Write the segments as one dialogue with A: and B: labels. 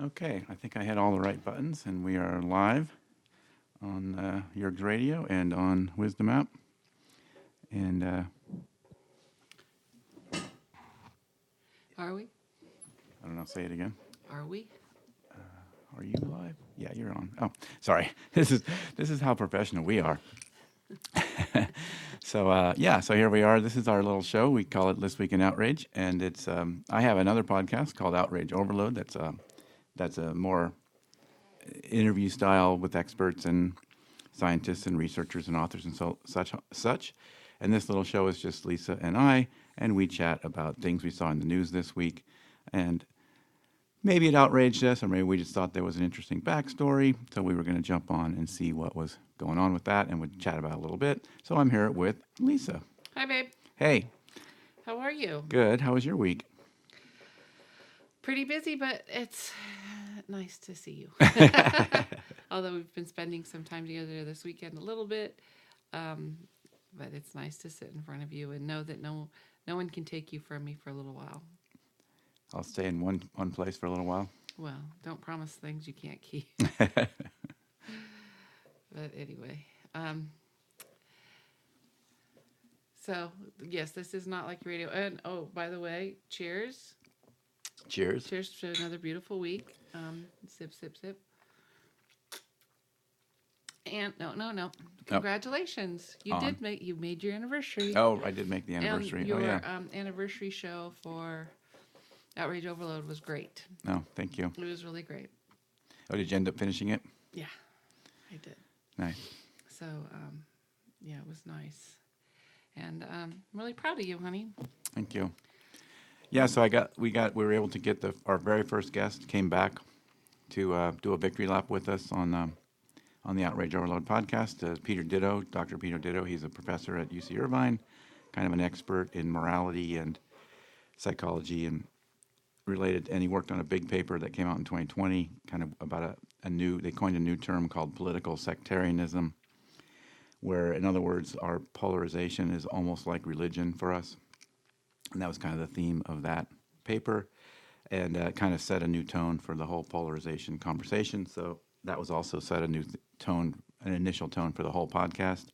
A: Okay, I think I had all the right buttons, and we are live on uh, Yergs Radio and on Wisdom App. And uh,
B: Are we?
A: I don't know, say it again.
B: Are we?
A: Are you live? Yeah, you're on. Oh, sorry. This is this is how professional we are. so uh, yeah, so here we are. This is our little show. We call it This Week in Outrage, and it's um, I have another podcast called Outrage Overload. That's a that's a more interview style with experts and scientists and researchers and authors and so such such. And this little show is just Lisa and I, and we chat about things we saw in the news this week, and maybe it outraged us, or maybe we just thought there was an interesting backstory. So we were going to jump on and see what was going on with that and would chat about it a little bit. So I'm here with Lisa.
B: Hi, babe.
A: Hey,
B: How are you?
A: good. How was your week?
B: Pretty busy, but it's nice to see you. Although we've been spending some time together this weekend a little bit, um, but it's nice to sit in front of you and know that no no one can take you from me for a little while.
A: I'll stay in one, one place for a little while.
B: Well, don't promise things you can't keep. but anyway, um, so yes, this is not like radio. And oh, by the way, cheers.
A: Cheers.
B: Cheers to another beautiful week. Um, sip, sip, sip. And no, no, no. Congratulations. You
A: On.
B: did make you made your anniversary.
A: Oh, I did make the
B: And
A: anniversary.
B: your
A: oh, yeah.
B: um, anniversary show for Outrage Overload was great.
A: No, thank you.
B: It was really great.
A: Oh, did you end up finishing it?
B: Yeah, I did.
A: Nice.
B: So, um, yeah, it was nice. And um, I'm really proud of you, honey.
A: Thank you. Yeah, so I got we got we were able to get the our very first guest came back to uh, do a victory lap with us on um, on the Outrage Overload podcast. Uh, Peter Ditto, Dr. Peter Ditto, he's a professor at UC Irvine, kind of an expert in morality and psychology and related. And he worked on a big paper that came out in 2020, kind of about a, a new they coined a new term called political sectarianism, where in other words, our polarization is almost like religion for us and that was kind of the theme of that paper and uh, kind of set a new tone for the whole polarization conversation so that was also set a new th- tone an initial tone for the whole podcast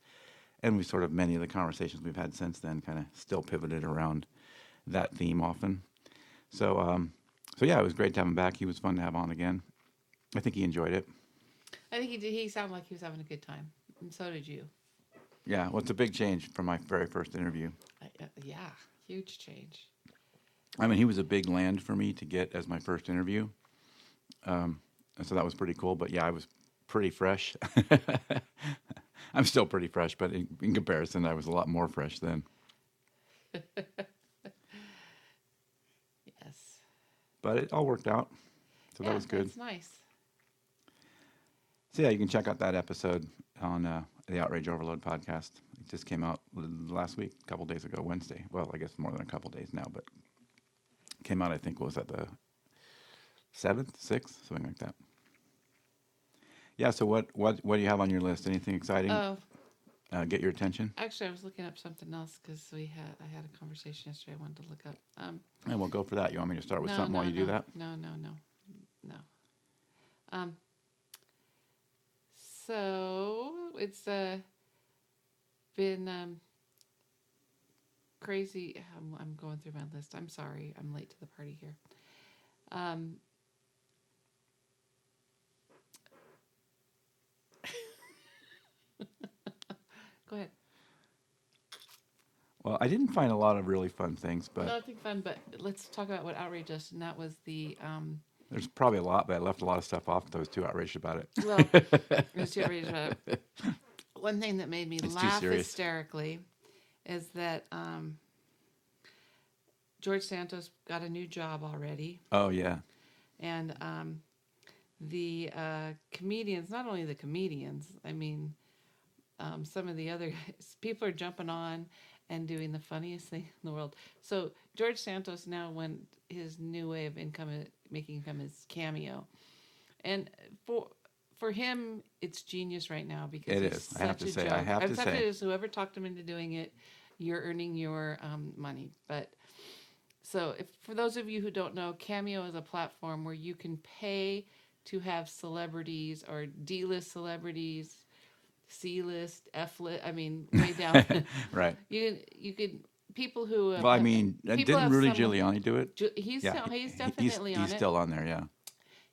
A: and we sort of many of the conversations we've had since then kind of still pivoted around that theme often so um so yeah it was great to have him back he was fun to have on again i think he enjoyed it
B: I think he did. He sounded like he was having a good time. And so did you.
A: yeah well it's a big change from my very first interview
B: I, uh, yeah, huge change.
A: I mean, he was a big land for me to get as my first interview. Um, and so that was pretty cool. But yeah, I was pretty fresh. I'm still pretty fresh, but in, in comparison, I was a lot more fresh then.
B: Yes.
A: But it all worked out. So
B: Yeah,
A: that was good.
B: That's nice.
A: So yeah, you can check out that episode on uh, the Outrage Overload podcast. It just came out l- last week, a couple days ago, Wednesday. Well, I guess more than a couple days now, but came out. I think what was that the seventh, sixth, something like that. Yeah. So what what what do you have on your list? Anything exciting
B: Oh,
A: uh, get your attention?
B: actually, I was looking up something else because we had I had a conversation yesterday. I wanted to look up. Um,
A: And we'll go for that. You want me to start with
B: no,
A: something
B: no,
A: while you
B: no,
A: do that?
B: No, no, no, no. Um. So it's uh been um crazy. I'm, I'm going through my list. I'm sorry. I'm late to the party here. Um. Go ahead.
A: Well, I didn't find a lot of really fun things, but
B: Nothing fun, but let's talk about what outraged us, and that was the um.
A: there's probably a lot. But I left a lot of stuff off because I was too outraged about it.
B: Well, it was too outrageous about it. One thing that made me
A: It's too
B: laugh
A: serious.
B: hysterically is that um, George Santos got a new job already,
A: Oh yeah,
B: and um, the uh, comedians, not only the comedians, I mean, um, some of the other guys, people are jumping on and doing the funniest thing in the world. So George Santos now went his new way of income uh, making income is cameo, and for for him it's genius right now because
A: It
B: it's
A: is. I have to
B: such
A: say-
B: a
A: I
B: joke.
A: have to
B: Except
A: say.
B: it is whoever talked him into doing it, you're earning your um, money, but. So, if for those of you who don't know, Cameo is a platform where you can pay to have celebrities or D-list celebrities, C-list, F-list. I mean, way down.
A: Right.
B: you can you could people who have,
A: Well, I mean, uh,
B: people
A: didn't
B: have
A: Rudy
B: some-
A: Giuliani do it?
B: Ju- he's still-
A: he-
B: he's
A: he-
B: definitely
A: he's,
B: on
A: he's
B: it.
A: still on there. Yeah,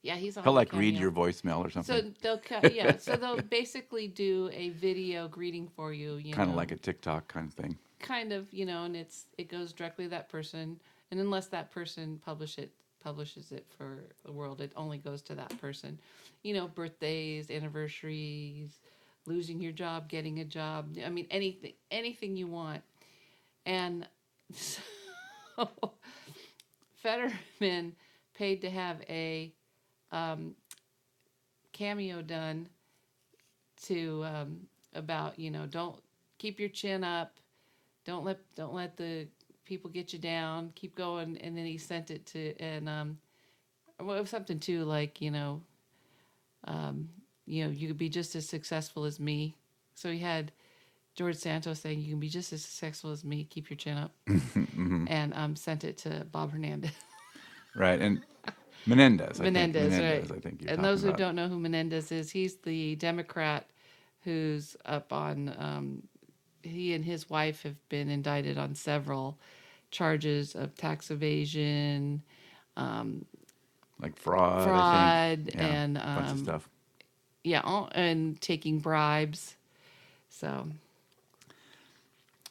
B: yeah, he's on.
A: he'll
B: the
A: like read
B: Cameo.
A: your voicemail or
B: So
A: something,
B: they'll co- yeah, so they'll basically do a video greeting for you. you
A: kind
B: know,
A: of like a TikTok kind of thing.
B: kind of you know, and it's it goes directly to that person, and unless that person publish it publishes it for the world, it only goes to that person. You know, birthdays, anniversaries, losing your job, getting a job. I mean, anything anything you want, and so Fetterman paid to have a um, cameo done to um, about you know don't keep your chin up don't let don't let the people get you down keep going and then he sent it to and um well, it was something too like you know um you know you could be just as successful as me so he had george santos saying you can be just as successful as me keep your chin up and um sent it to bob hernandez
A: Right, and Menendez. I
B: Menendez,
A: think. Menendez,
B: right?
A: I think you're
B: and
A: talking
B: those who
A: about.
B: don't know who Menendez is, he's the Democrat who's up on. Um, he and his wife have been indicted on several charges of tax evasion,
A: like fraud, I
B: fraud,
A: think. Yeah,
B: and
A: bunch of
B: um,
A: stuff.
B: yeah, all- and taking bribes. So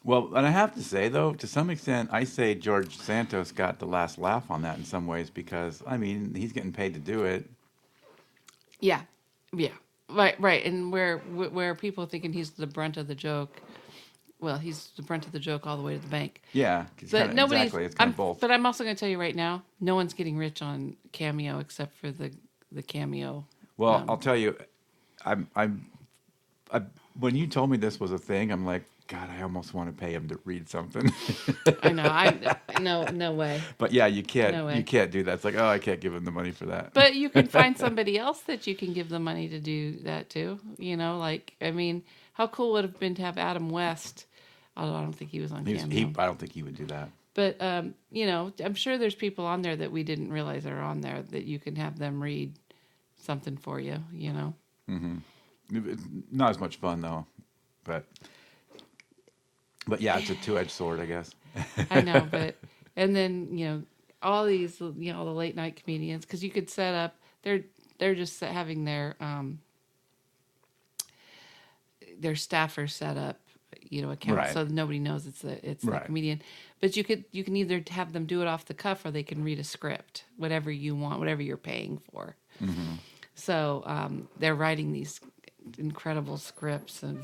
A: Well, and I have to say though, to some extent, I say George Santos got the last laugh on that in some ways because I mean he's getting paid to do it.
B: yeah, yeah, right, right. And where where people thinking he's the brunt of the joke, well, he's the brunt of the joke all the way to the bank.
A: Yeah, it's
B: But
A: kinda-
B: nobody's.
A: exactly. It's kind
B: I'm,
A: of both.
B: But I'm also going to tell you right now, no one's getting rich on Cameo except for the the Cameo.
A: Well,
B: um,
A: I'll tell you, I'm, I'm, I, when you told me this was a thing, I'm like, God, I almost want to pay him to read something.
B: I know. I no no way.
A: but yeah, you can't,
B: No way.
A: you can't do that. It's like, oh, I can't give him the money for that.
B: But you can find somebody else that you can give the money to do that to. You know, like I mean, how cool would it have been to have Adam West? Although I don't think he was on
A: he, was,
B: Cameo.
A: he, I don't think he would do that.
B: but um, you know, I'm sure there's people on there that we didn't realize are on there that you can have them read something for you. You know.
A: It's Not as much fun though, but, but yeah, it's a two-edged sword, I guess.
B: I know, but and then you know all these you know all the late night comedians because you could set up they're they're just set- having their um their staffer set up you know account
A: Right.
B: so nobody knows it's the it's
A: Right.
B: the comedian but you could you can either have them do it off the cuff or they can read a script whatever you want whatever you're paying for so um, they're writing these incredible scripts and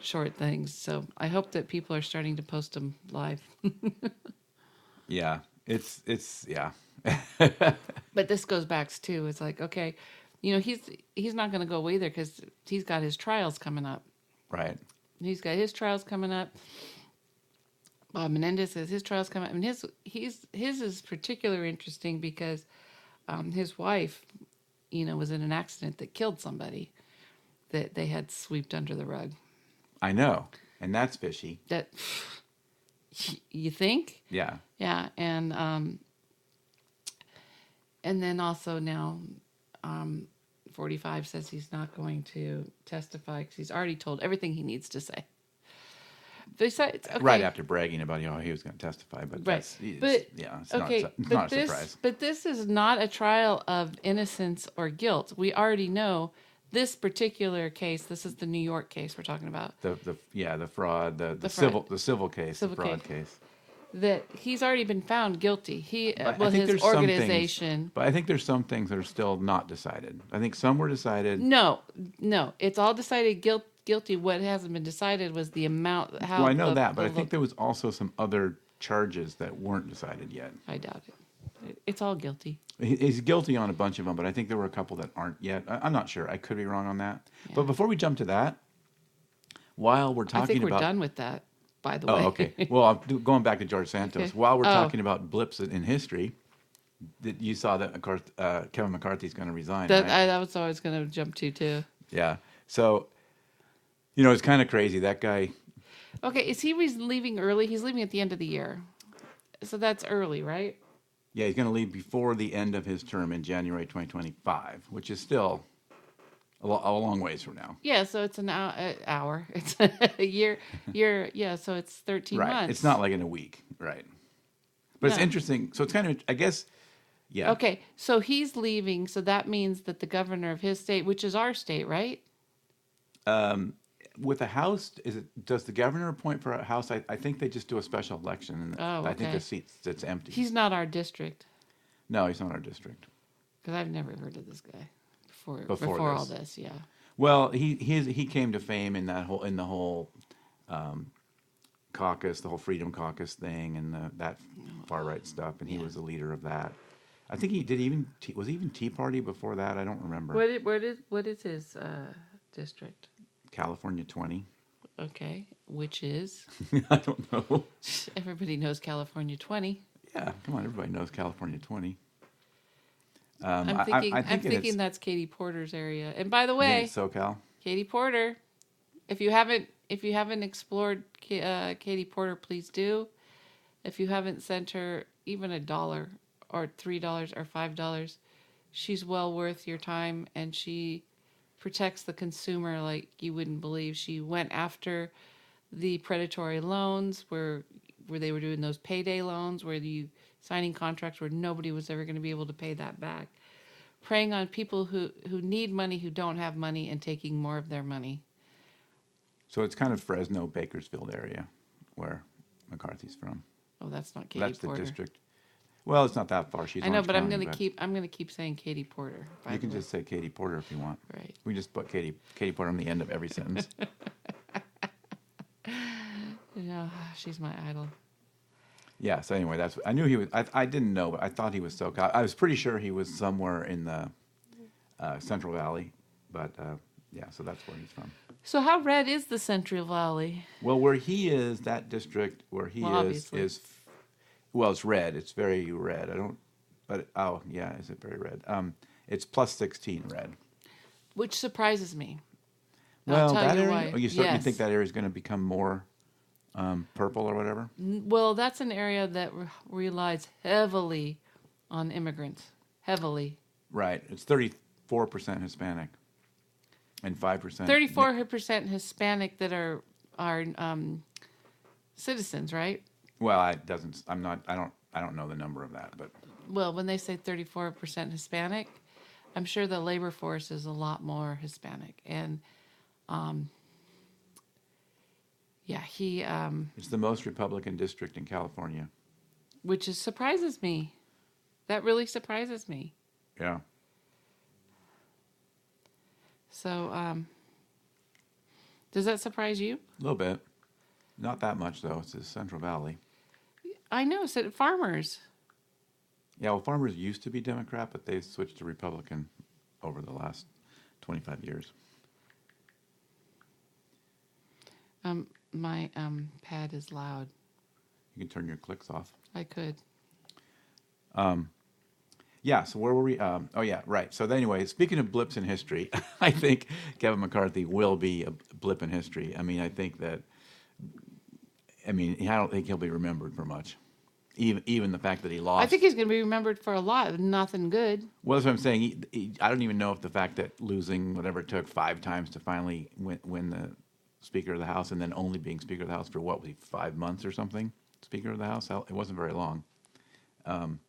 B: short things so i hope that people are starting to post them live
A: Yeah, it's, it's, yeah,
B: but this goes back too. It's like okay, you know he's he's not going to go away there because he's got his trials coming up.
A: right.
B: He's got his trials coming up. Bob Menendez says his trials coming up, and his he's his is particularly interesting because um, his wife, you know, was in an accident that killed somebody that they had sweeped under the rug.
A: I know. And that's fishy.
B: That you think?
A: Yeah.
B: Yeah, and um, and then also now, um, forty five says he's not going to testify because he's already told everything he needs to say. Besides, okay,
A: Right after bragging about, you know, he was going to testify, but
B: right,
A: that's, it's-
B: but
A: yeah, it's
B: okay,
A: not, a su- it's
B: but
A: not a
B: this,
A: surprise.
B: but this is not a trial of innocence or guilt. We already know this particular case. This is the New York case we're talking about.
A: the the yeah the fraud the, the,
B: fraud.
A: civil the civil case
B: Civil
A: the fraud
B: case.
A: case.
B: That he's already been found guilty. He
A: But I
B: uh, well,
A: think
B: his
A: there's some things-
B: organization.
A: but I think there's some things that are still not decided. I think some were decided.
B: No, no, it's all decided guilt, guilty. What hasn't been decided was the amount. How
A: well, I know
B: the-
A: that, but I
B: the-
A: think there was also some other charges that weren't decided yet.
B: I doubt it. It- It's all guilty.
A: He- He's guilty on a bunch of them, but I think there were a couple that aren't yet. I, I'm not sure. I could be wrong on that. But
B: Yeah.
A: before we jump to that, while we're talking
B: I think we're
A: about
B: done with that. By the way,
A: Oh, okay. Well, I'm do- going back to George Santos.
B: Okay.
A: While we're
B: Oh.
A: talking about blips in, in history, that you saw that of course, uh, Kevin McCarthy's going to resign.
B: that,
A: right?
B: I, that was what I was going to jump to too.
A: yeah. So, you know, it's kind of crazy. That guy.
B: Okay, is he re- leaving early? He's leaving at the end of the year. so that's early, right?
A: Yeah, he's going to leave before the end of his term in January 2025, which is still a, lo- a long ways from now.
B: Yeah, so it's an hour. hour. It's a year. Year. Yeah, so it's thirteen
A: right.
B: months.
A: It's not like in a week. Right. But it's
B: No.
A: interesting. So it's kind of, I guess, yeah.
B: Okay, so he's leaving. So that means that the governor of his state, which is our state, right?
A: With a House, is it, does the governor appoint for a House? I, I think they just do a special election. And
B: Oh,
A: I think
B: okay.
A: the seat's it's empty.
B: He's not our district
A: no, he's not in our district.
B: because I've never heard of this guy before. Before,
A: Before
B: all
A: this.
B: this, yeah.
A: Well, he his, he came to fame in that whole in the whole um, caucus, the whole Freedom Caucus thing, and the, that far right stuff. And he was the leader of that. I think he did even tea, was he even Tea Party before that. I don't remember.
B: What is what is what is his uh, district?
A: California twenty.
B: Okay, which is
A: I don't know.
B: everybody knows California twenty.
A: Yeah, come on, everybody knows California twenty. Um,
B: I'm thinking. I,
A: I
B: am
A: it
B: thinking
A: is-
B: that's Katie Porter's area. And by the
A: I think
B: way,
A: it's SoCal.
B: Katie Porter. If you haven't, if you haven't explored Ka- uh, Katie Porter, please do. If you haven't sent her even a dollar or three dollars or five dollars, she's well worth your time, and she protects the consumer like you wouldn't believe. She went after the predatory loans where where they were doing those payday loans where you signing contracts where nobody was ever going to be able to pay that back preying on people who who need money who don't have money and taking more of their money
A: So it's kind of Fresno, Bakersfield area, where McCarthy's from.
B: oh that's not katie
A: That's the
B: porter
A: district. Well, it's not that far. She's
B: i know
A: Orange
B: but i'm
A: County,
B: going to keep i'm going to keep saying katie porter by
A: You can
B: the way.
A: just say Katie Porter if you want.
B: right
A: We just put Katie Katie Porter on the end of every sentence.
B: yeah she's my idol
A: yeah. So anyway, that's I knew he was. I, I didn't know, but I thought he was SoCal. I was pretty sure he was somewhere in the uh, Central Valley, but uh, yeah. So that's where he's from.
B: so how red is the central valley
A: Well, where he is, that district where he
B: Well,
A: is
B: obviously.
A: is well, it's red. It's very red. I don't. But oh yeah, is it very red? Um, it's plus sixteen red.
B: which surprises me
A: Well,
B: I'll tell
A: that
B: you
A: area.
B: why.
A: Oh, you certainly
B: Yes.
A: think that area is going to become more um, purple or whatever.
B: N- well that's an area that re- relies heavily on immigrants heavily
A: Right. It's thirty-four percent Hispanic, and five percent.
B: Thirty-four percent Hispanic that are are um, citizans, right?
A: Well, I doesn't. I'm not. I don't. I don't know the number of that, but
B: Well, when they say thirty-four percent Hispanic, I'm sure the labor force is a lot more Hispanic, and um, yeah, he, um,
A: it's the most Republican district in California.
B: which is surprises me. That really surprises me.
A: Yeah.
B: So, um, does that surprise you?
A: A little bit. Not that much though. It's the Central Valley.
B: I know, so farmers.
A: Yeah. Well, farmers used to be Democrat, but they switched to Republican over the last twenty-five years.
B: Um, my um, pad is loud.
A: You can turn your clicks off.
B: I could.
A: Yeah, so where were we? Um, oh, yeah, right. So, anyway, speaking of blips in history, I think Kevin McCarthy will be a blip in history. I mean, I think that, I mean, I don't think he'll be remembered for much. Even, even the fact that he lost.
B: I think he's going to be remembered for a lot, nothing good.
A: well, that's what I'm saying. He, he, I don't even know if the fact that losing whatever it took five times to finally win, win the Speaker of the House and then only being Speaker of the House for what, was he, five months or something? Speaker of the House? It wasn't very long. Um,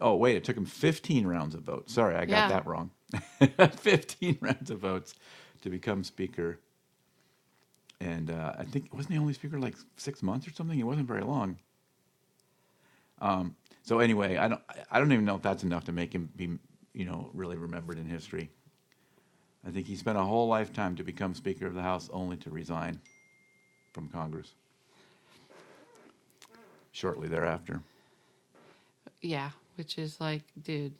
A: Oh, wait, it took him 15 rounds of votes. Sorry, I got
B: Yeah.
A: that wrong. 15 rounds of votes to become speaker. And uh, I think, wasn't he only speaker like six months or something? It wasn't very long. Um, so anyway, I don't, I don't even know if that's enough to make him be, you know, really remembered in history. I think he spent a whole lifetime to become Speaker of the House only to resign from Congress shortly thereafter.
B: Yeah, which is like, dude,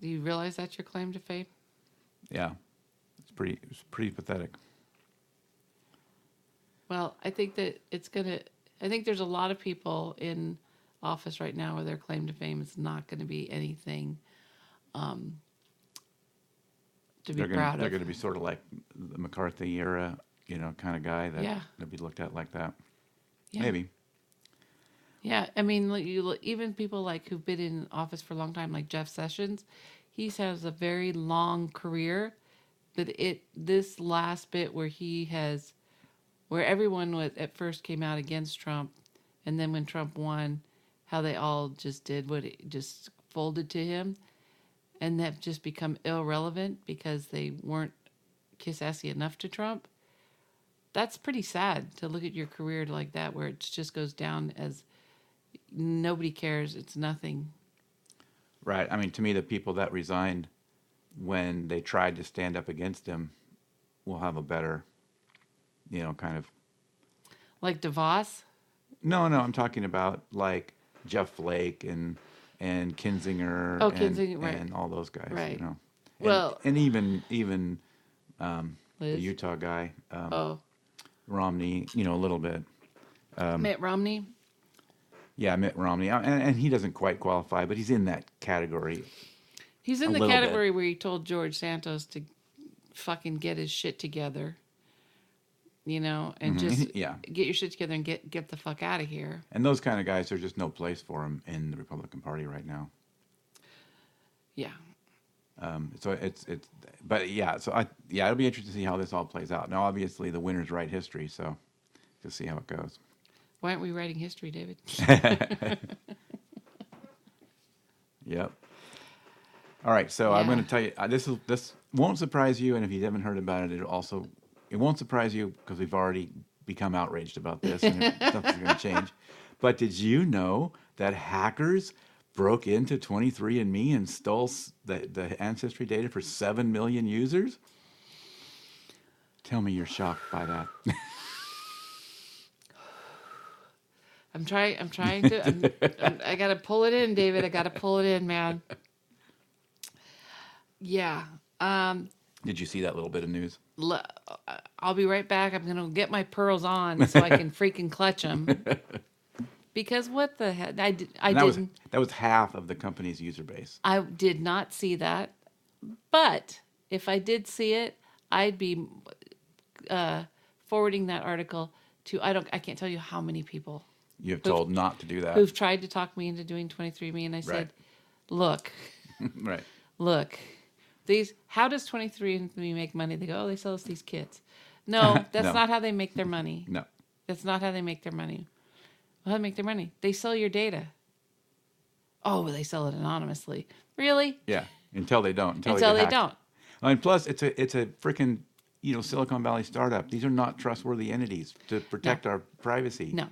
B: do you realize that's your claim to fame?
A: Yeah, it's pretty it's pretty pathetic.
B: Well, I think that it's going to, I think there's a lot of people in office right now where their claim to fame is not going to be anything um, to be
A: They're
B: proud
A: gonna, they're
B: of.
A: gonna be sort of like the McCarthy era, you know, kind of guy that
B: Yeah.
A: that be looked at like that.
B: Yeah.
A: Maybe.
B: Yeah, I mean, like, you look- even people like who've been in office for a long time, like Jeff Sessions, he has a very long career, but it this last bit where he has, where everyone was at first came out against Trump, and then when Trump won, how they all just did what it just folded to him, and that just become irrelevant because they weren't kiss assy enough to Trump that's pretty sad to look at your career like that where it just goes down as nobody cares it's nothing
A: Right. I mean, to me, the people that resigned when they tried to stand up against him will have a better, you know, kind of.
B: like devos
A: No, no, I'm talking about like Jeff Flake and and Kinzinger,
B: Oh,
A: and,
B: Kinzinger, right.
A: and all those guys,
B: Right.
A: you know. And,
B: Well-
A: and even even the
B: Liz,
A: Utah guy um,
B: oh
A: Romney, you know, a little bit. um,
B: mitt romney
A: Yeah, Mitt Romney, Uh, and, and he doesn't quite qualify, but he's in that category.
B: he's
A: A
B: in the
A: little bit.
B: category where he told george santos to fucking get his shit together you know and just
A: Mm-hmm. yeah.
B: get your shit together and get get the fuck out of here
A: And those kind of guys, there's just no place for him in the Republican Party right now.
B: yeah
A: Um, so it's it's, but yeah, so I yeah, it'll be interesting to see how this all plays out. Now, obviously, the winners write history, so we'll see how it goes.
B: why aren't we writing history david
A: Yep. All right, so I'm
B: Yeah.
A: going to tell you uh, this is this won't surprise you, and if you haven't heard about it, it also it won't surprise you because we've already become outraged about this and stuff's going to change. But did you know that hackers broke into 23andMe and stole s- the, the ancestry data for seven million users? Tell me you're shocked by that.
B: i'm trying i'm trying to I'm, I'm, i gotta pull it in david i gotta pull it in man yeah um
A: did you see that little bit of news?
B: L- uh, I'll be right back. I'm gonna get my pearls on so I can freaking clutch them. Because what the heck? I did. I
A: And that was
B: didn't.
A: that was half of the company's user base.
B: I did not see that. But if I did see it, I'd be uh, forwarding that article to. I don't. I can't tell you how many people
A: You have told not to do that,
B: who've tried to talk me into doing 23andMe, and I said, "Look,
A: right?
B: look, these. How does 23andMe make money? They go, oh, they sell us these kits. No, that's
A: No.
B: not how they make their money.
A: No.
B: That's not how they make their money. Well, how they make their money? They sell your data. Oh, well, they sell it anonymously. Really?
A: Yeah, until they don't. Until,
B: Until
A: get
B: they
A: hacked.
B: don't.
A: And plus, it's a it's a freaking you know Silicon Valley startup. These are not trustworthy entities to protect our privacy.
B: No,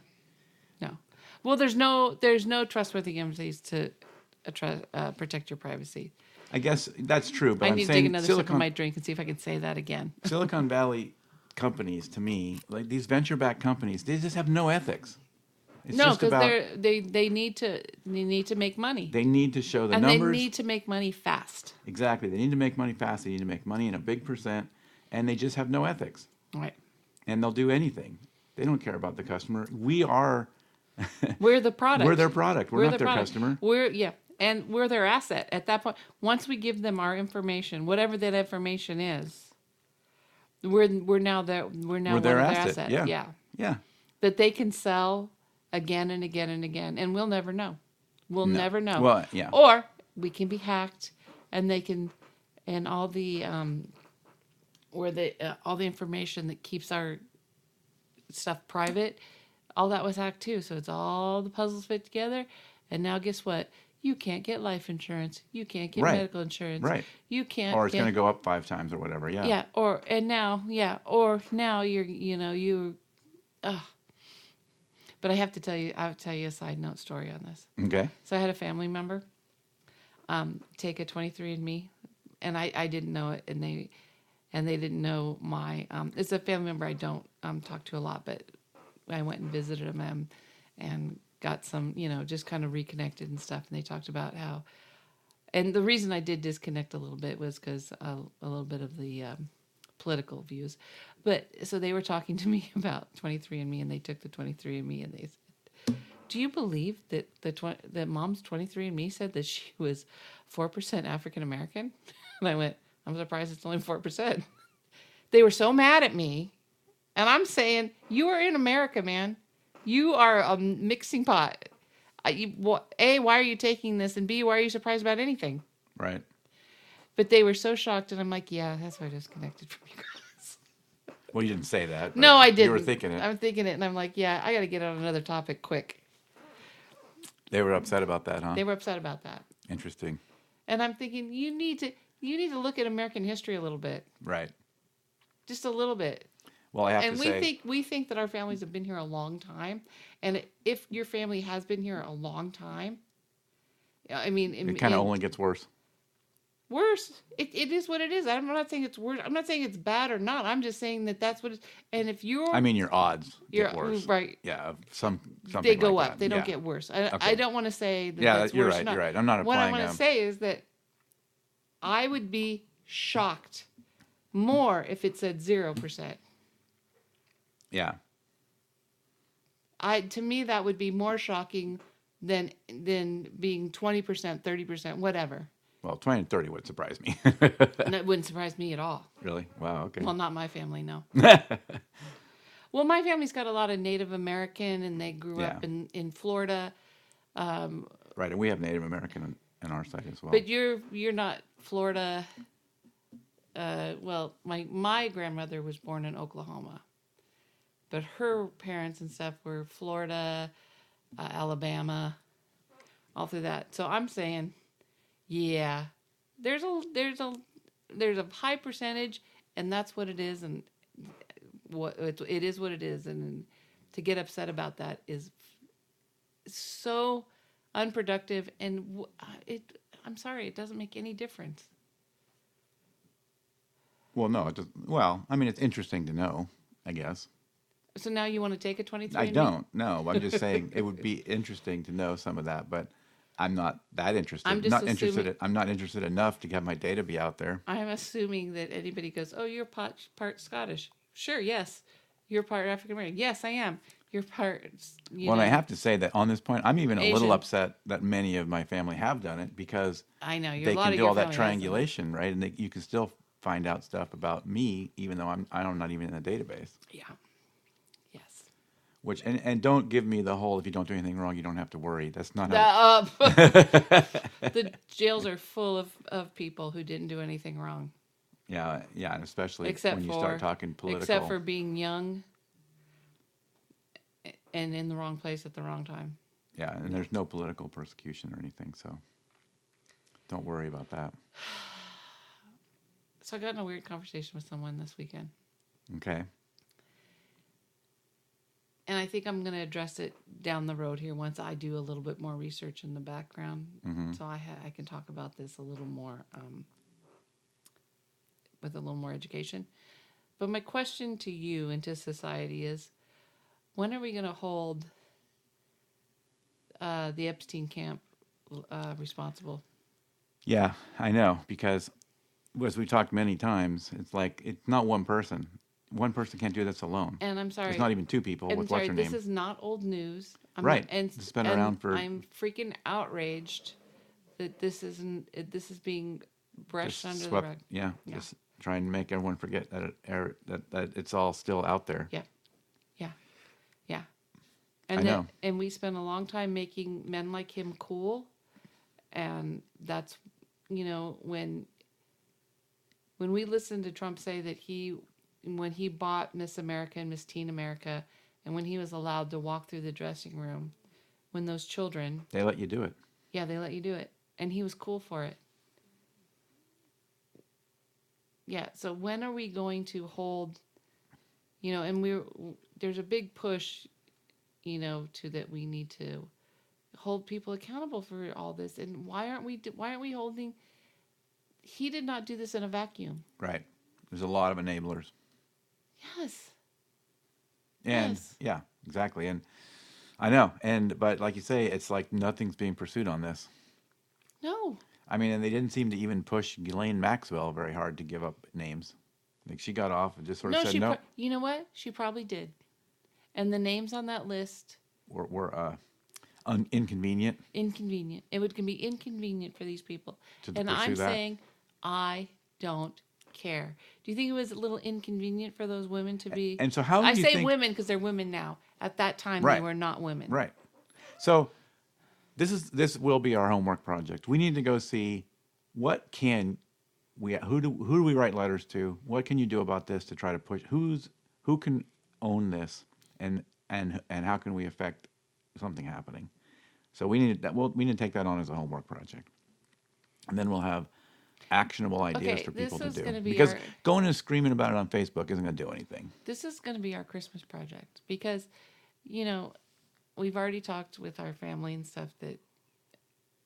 B: no. Well, there's no there's no trustworthy entities to uh, tru- uh, protect your privacy.
A: I guess that's true. But
B: I
A: am
B: need to
A: saying
B: take another sip
A: Silicon
B: of my drink and see if I can say that again.
A: Silicon Valley companies, to me, like these venture backed companies, they just have no ethics. It's
B: no,
A: just
B: because
A: about
B: they're they they need to they need to make money
A: they need to show the
B: and
A: numbers.
B: they need to make money fast.
A: exactly, they need to make money fast. They need to make money in a big percent, and they just have no ethics.
B: Right.
A: And they'll do anything. They don't care about the customer. We are
B: We're the product.
A: we're their product. We're,
B: We're
A: not
B: the
A: their
B: product.
A: customer.
B: We're yeah, and we're their asset at that point. Once we give them our information, whatever that information is, we're we're now their we're now
A: We're their
B: one of
A: asset, yeah. Yeah.
B: that they can sell again and again and again, and we'll never know. We'll never know.
A: Well, yeah.
B: Or we can be hacked, and they can, and all the um, or the uh, all the information that keeps our stuff private, all that was hacked too. So it's all the puzzles fit together, and now guess what? You can't get life insurance. You can't get
A: Right.
B: medical insurance.
A: Right.
B: You can't.
A: or it's
B: get-
A: going to go up five times or whatever. Yeah.
B: yeah or and now yeah or now you're you know you ugh. but i have to tell you i'll tell you a side note story on this
A: Okay.
B: so i had a family member um take a 23andme and i i didn't know it and they and they didn't know my um it's a family member i don't um talk to a lot but i went and visited them and, and got some you know just kind of reconnected and stuff and they talked about how and the reason I did disconnect a little bit was because uh, a little bit of the um, political views. But so they were talking to me about 23andMe, and they took the 23andMe, and they said, "Do you believe that the twen- that mom's 23andMe said that she was four percent African American?" And I went, "I'm surprised it's only four percent." They were so mad at me, and I'm saying, "You are in America, man. You are a mixing pot." I- you, wha- a why are you taking this and b why are you surprised about anything
A: Right.
B: but they were so shocked and i'm like yeah that's why i disconnected from you guys
A: Well, you didn't say that. but
B: no i didn't
A: You were thinking it.
B: i'm thinking it and i'm like yeah i gotta get on another topic quick
A: They were upset about that, huh?
B: they were upset about that
A: Interesting.
B: and i'm thinking you need to you need to look at american history a little bit
A: Right.
B: just a little bit
A: Well, I have
B: and
A: to
B: we
A: say,
B: think we think that our families have been here a long time and if your family has been here a long time i mean in,
A: it kind of
B: in-
A: only gets worse.
B: worse it, it is what it is i'm not saying it's worse i'm not saying it's bad or not i'm just saying that that's what it's and if you're
A: I mean, your odds
B: you're
A: get worse.
B: right
A: Yeah. of Some. Something
B: they go
A: like
B: up
A: that.
B: they don't
A: Yeah.
B: get worse i, I
A: Okay.
B: don't want to say that
A: Yeah,
B: that's
A: that- you're
B: worse or
A: right.
B: not.
A: You're right. I'm not
B: what i
A: applying
B: want
A: um,
B: to say is that i would be shocked more if it said zero percent
A: Yeah.
B: I to me that would be more shocking than than being twenty percent, thirty percent, whatever.
A: Well, 20 and 30 would surprise me.
B: And that wouldn't surprise me at all.
A: really? Wow. Okay.
B: Well, not my family, no. well, my family's got a lot of Native American, and they grew up
A: Yeah.
B: in in Florida.
A: right. And we have Native American on, on our side as well.
B: But you're you're not Florida. Uh, well, my my grandmother was born in Oklahoma, but her parents and stuff were Florida, uh, Alabama, all through that. So I'm saying, yeah, there's a there's a there's a high percentage, and that's what it is, and what it, it is what it is, and to get upset about that is so unproductive and w- I- it i'm sorry it doesn't make any difference
A: well, no. It does, well, I mean, it's interesting to know, I guess.
B: so now you want to take a 23
A: I don't. No. I'm just saying it would be interesting to know some of that, but I'm not that interested.
B: I'm just
A: not interested.
B: assuming-
A: I'm not interested enough to have my data be out there.
B: i'm assuming that anybody goes oh you're part, part scottish sure yes you're part african american yes i am you're part you
A: well, and
B: know,
A: I have to say that on this point, I'm even a
B: Asian.
A: little upset that many of my family have done it because
B: i know you're
A: they
B: a lot
A: can
B: of
A: do
B: your
A: all that
B: family has them.
A: triangulation, right? And they, you can still find out stuff about me, even though I'm I'm not even in the database.
B: yeah yes
A: Which and, and don't give me the whole if you don't do anything wrong, you don't have to worry. That's not
B: the,
A: how.
B: uh, the jails are full of, of people who didn't do anything wrong
A: Yeah, yeah, and especially
B: except
A: when you
B: for
A: start talking political.
B: except for being young a- and in the wrong place at the wrong time
A: yeah, and there's no political persecution or anything, so don't worry about that.
B: so i got in a weird conversation with someone this weekend
A: Okay.
B: and i think i'm going to address it down the road here once i do a little bit more research in the background
A: Mm-hmm.
B: so I, ha- I can talk about this a little more um, with a little more education but my question to you and to society is when are we going to hold uh, the epstein camp uh, responsible
A: Yeah, I know because as we've talked many times, it's like it's not one person. One person can't do this alone.
B: and i'm sorry
A: It's not even two people
B: And
A: with
B: sorry,
A: what's her
B: this
A: name.
B: is not old news. I'm
A: Right.
B: Not, and
A: This has been
B: and
A: around for-
B: I'm freaking outraged that this isn't. it- This is being brushed
A: just
B: under
A: swept-
B: the rug.
A: Yeah,
B: Yeah.
A: just trying to make everyone forget that it, er, that that it's all still out there.
B: Yeah. Yeah. Yeah. And
A: I
B: then,
A: know.
B: and we spent a long time making men like him cool. And that's you know, when when we listened to Trump say that he when he bought Miss America and Miss Teen America and when he was allowed to walk through the dressing room when those children
A: They let you do it.
B: Yeah, they let you do it. And he was cool for it. Yeah, so when are we going to hold you know, and we're there's a big push, you know, to that we need to hold people accountable for all this. And why aren't we why aren't we holding he did not do this in a vacuum.
A: Right. There's a lot of enablers.
B: Yes.
A: And
B: Yes.
A: yeah, exactly. And I know. And but like you say, it's like nothing's being pursued on this.
B: No.
A: I mean, and they didn't seem to even push Ghislaine Maxwell very hard to give up names. Like she got off and just sort of
B: No,
A: said
B: she
A: no.
B: pro- you know what? She probably did. And the names on that list
A: we're we're uh, un- inconvenient.
B: inconvenient. It would can be inconvenient for these people.
A: To
B: and
A: pursue
B: I'm
A: that.
B: saying I don't care. Do you think it was a little inconvenient for those women to be?
A: and so how
B: I
A: do you
B: say
A: think-
B: women because they're women now. At that time,
A: Right.
B: they were not women.
A: Right. So This is this will be our homework project. We need to go see what can we who do who do we write letters to? What can you do about this to try to push who's who can own this and and and how can we affect something happening? So we need that. We'll, we need to take that on as a homework project, and then we'll have actionable ideas
B: Okay,
A: for
B: this
A: people to
B: is
A: do.
B: gonna be
A: because
B: our-
A: going and screaming about it on Facebook isn't going to do anything.
B: this is going to be our Christmas project because, you know, we've already talked with our family and stuff that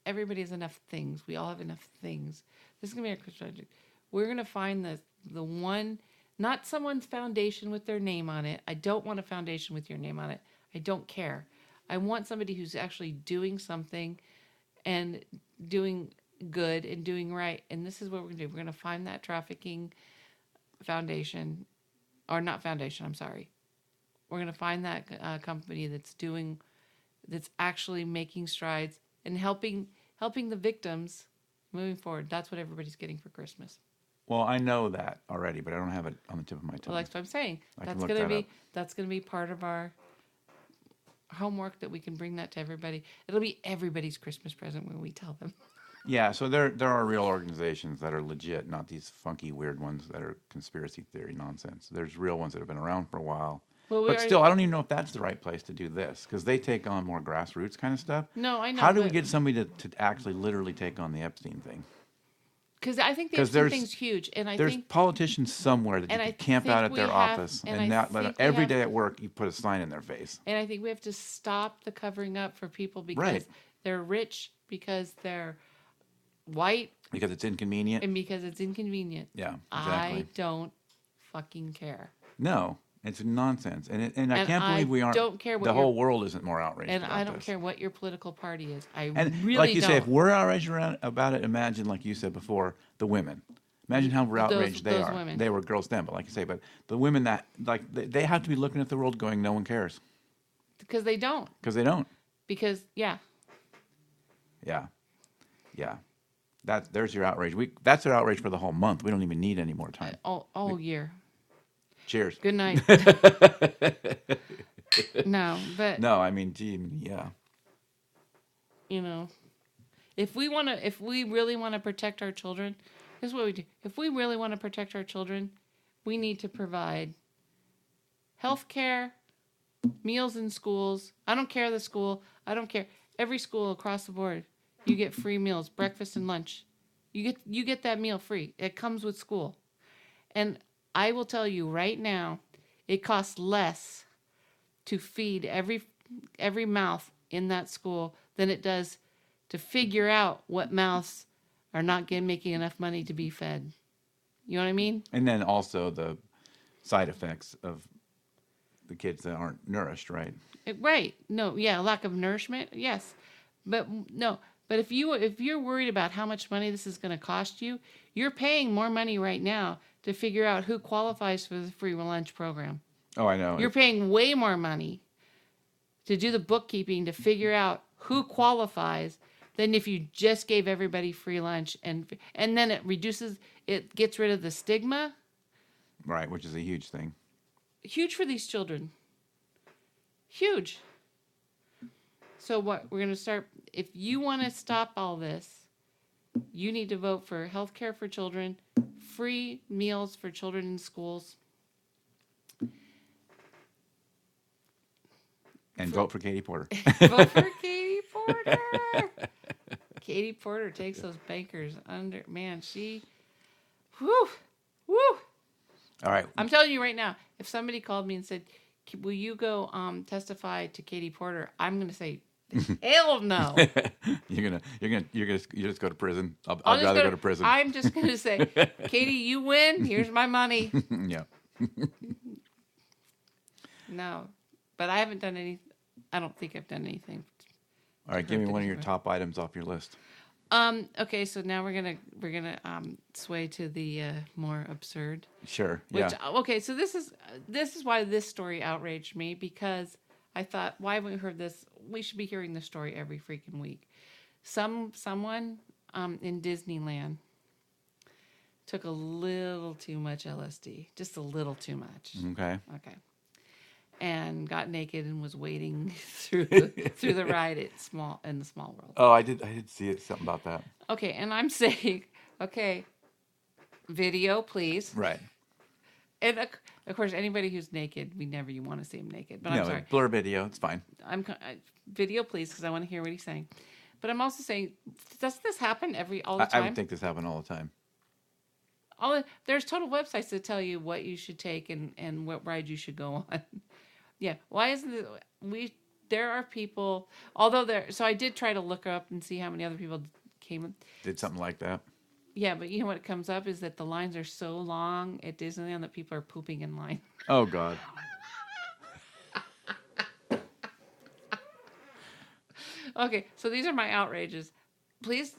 B: everybody has enough things. We all have enough things. This is going to be our Christmas project. We're going to find the the one, not someone's foundation with their name on it. I don't want a foundation with your name on it. I don't care. I want somebody who's actually doing something and doing good and doing right. And this is what we're going to do. We're going to find that trafficking foundation or not foundation i'm sorry we're going to find that uh, company that's doing that's actually making strides and helping helping the victims moving forward that's what everybody's getting for christmas
A: Well, I know that already, but I don't have it on the tip of my tongue.
B: well that's what i'm saying
A: I can
B: that's
A: look
B: going to
A: that
B: be
A: up.
B: that's going to be part of our homework that we can bring that to everybody it'll be everybody's christmas present when we tell them
A: Yeah, so there there are real organizations that are legit, not these funky weird ones that are conspiracy theory nonsense. There's real ones that have been around for a while.
B: Well, we
A: but
B: already-
A: still, I don't even know if that's the right place to do this because they take on more grassroots kind of stuff.
B: No, I know,
A: How do we
B: but-
A: get somebody to, to actually literally take on the Epstein thing?
B: because i think the
A: 'Cause
B: Epstein
A: there's-
B: thing's huge and i
A: There's
B: think
A: politicians somewhere that you
B: and I
A: could camp
B: think
A: out at
B: we
A: their
B: have-
A: office
B: and
A: and,
B: I
A: not let
B: think we
A: every
B: have-
A: day at work you put a sign in their face.
B: And I think we have to stop the covering up for people because
A: Right.
B: they're rich, because they're white,
A: Because it's inconvenient.
B: and because it's inconvenient.
A: yeah, exactly.
B: I don't fucking care.
A: No, it's nonsense, and it, and I
B: And
A: can't
B: I
A: believe we aren't.
B: don't care what
A: the
B: your-
A: whole world isn't more outraged.
B: And
A: about
B: I don't
A: this.
B: care what your political party is. I
A: And
B: really
A: like you
B: don't.
A: say, if we're outraged around, about it, imagine like you said before, the women. Imagine how outraged they
B: those
A: are.
B: women.
A: They were girls then, but like you say, but the women that like they, they have to be looking at the world going, no one cares
B: because they don't.
A: because they don't.
B: Because yeah,
A: Yeah, yeah. That there's your outrage. We that's their outrage for the whole month. We don't even need any more time.
B: all all year. Uh,
A: Cheers.
B: Good night. no, but
A: No, I mean, gee, yeah,
B: you know if we want to if we really want to protect our children this is what we do if we really want to protect our children we need to provide health care meals in schools i don't care the school i don't care every school across the board you get free meals breakfast and lunch you get you get that meal free it comes with school and i will tell you right now it costs less to feed every every mouth in that school than it does to figure out what mouths are not getting making enough money to be fed. You know what I mean?
A: and then also the side effects of the kids that aren't nourished, right?
B: Uh, Right. No, yeah, lack of nourishment. Yes. But mm, no, but if you if you're worried about how much money this is going to cost you, you're paying more money right now to figure out who qualifies for the free lunch program.
A: Oh, I know.
B: You're paying way more money to do the bookkeeping to figure out who qualifies than if you just gave everybody free lunch and and then it reduces it gets rid of the stigma
A: right, which is a huge thing.
B: huge for these children huge so what we're going to start if you want to stop all this you need to vote for health care for children free meals for children in schools
A: And vote for Katie Porter.
B: Vote for Katie Porter. Katie Porter takes those bankers under. Man, she. Whew. Whew.
A: All right.
B: I'm telling you right now, if somebody called me and said, "K- Will you go um, testify to Katie Porter? I'm going to say, Hell no.
A: You're gonna, you're gonna, you're gonna, you just go to prison. I'll,
B: I'll
A: I'd
B: just
A: rather go to, prison.
B: I'm just going to say, Katie, you win. Here's my money.
A: yeah.
B: No. But I haven't done any. I don't think I've done anything
A: All right. Give me
B: Perfect.
A: one of your top items off your list.
B: Um, okay, so now we're gonna we're gonna um sway to the uh, more absurd.
A: Sure.
B: Which uh,
A: yeah.
B: okay, so this is this is why this story outraged me because I thought, why haven't we heard this? We should be hearing this story every freaking week. Some someone um in Disneyland took a little too much LSD, just a little too much.
A: Okay.
B: Okay. and got naked and was wading through the, through the ride at small in the small world.
A: Oh, I did. I did see it. Something about that.
B: Okay, and I'm saying, okay, video, please.
A: Right.
B: And of of course, anybody who's naked, we never you want to see him naked. But
A: no,
B: I'm sorry,
A: blur video. It's fine.
B: I'm co- I- video, please, because I want to hear what he's saying. But I'm also saying, does this happen every all the
A: I, I
B: time?
A: would think this happened all the time.
B: all the- there's total websites that tell you what you should take and and what ride you should go on. yeah, why isn't it, we? There are people, although there. So I did try to look up and see how many other people came.
A: Did something like that.
B: Yeah, but you know what comes up is that the lines are so long at Disneyland that people are pooping in line.
A: Oh God.
B: Okay, so these are my outrages. Please,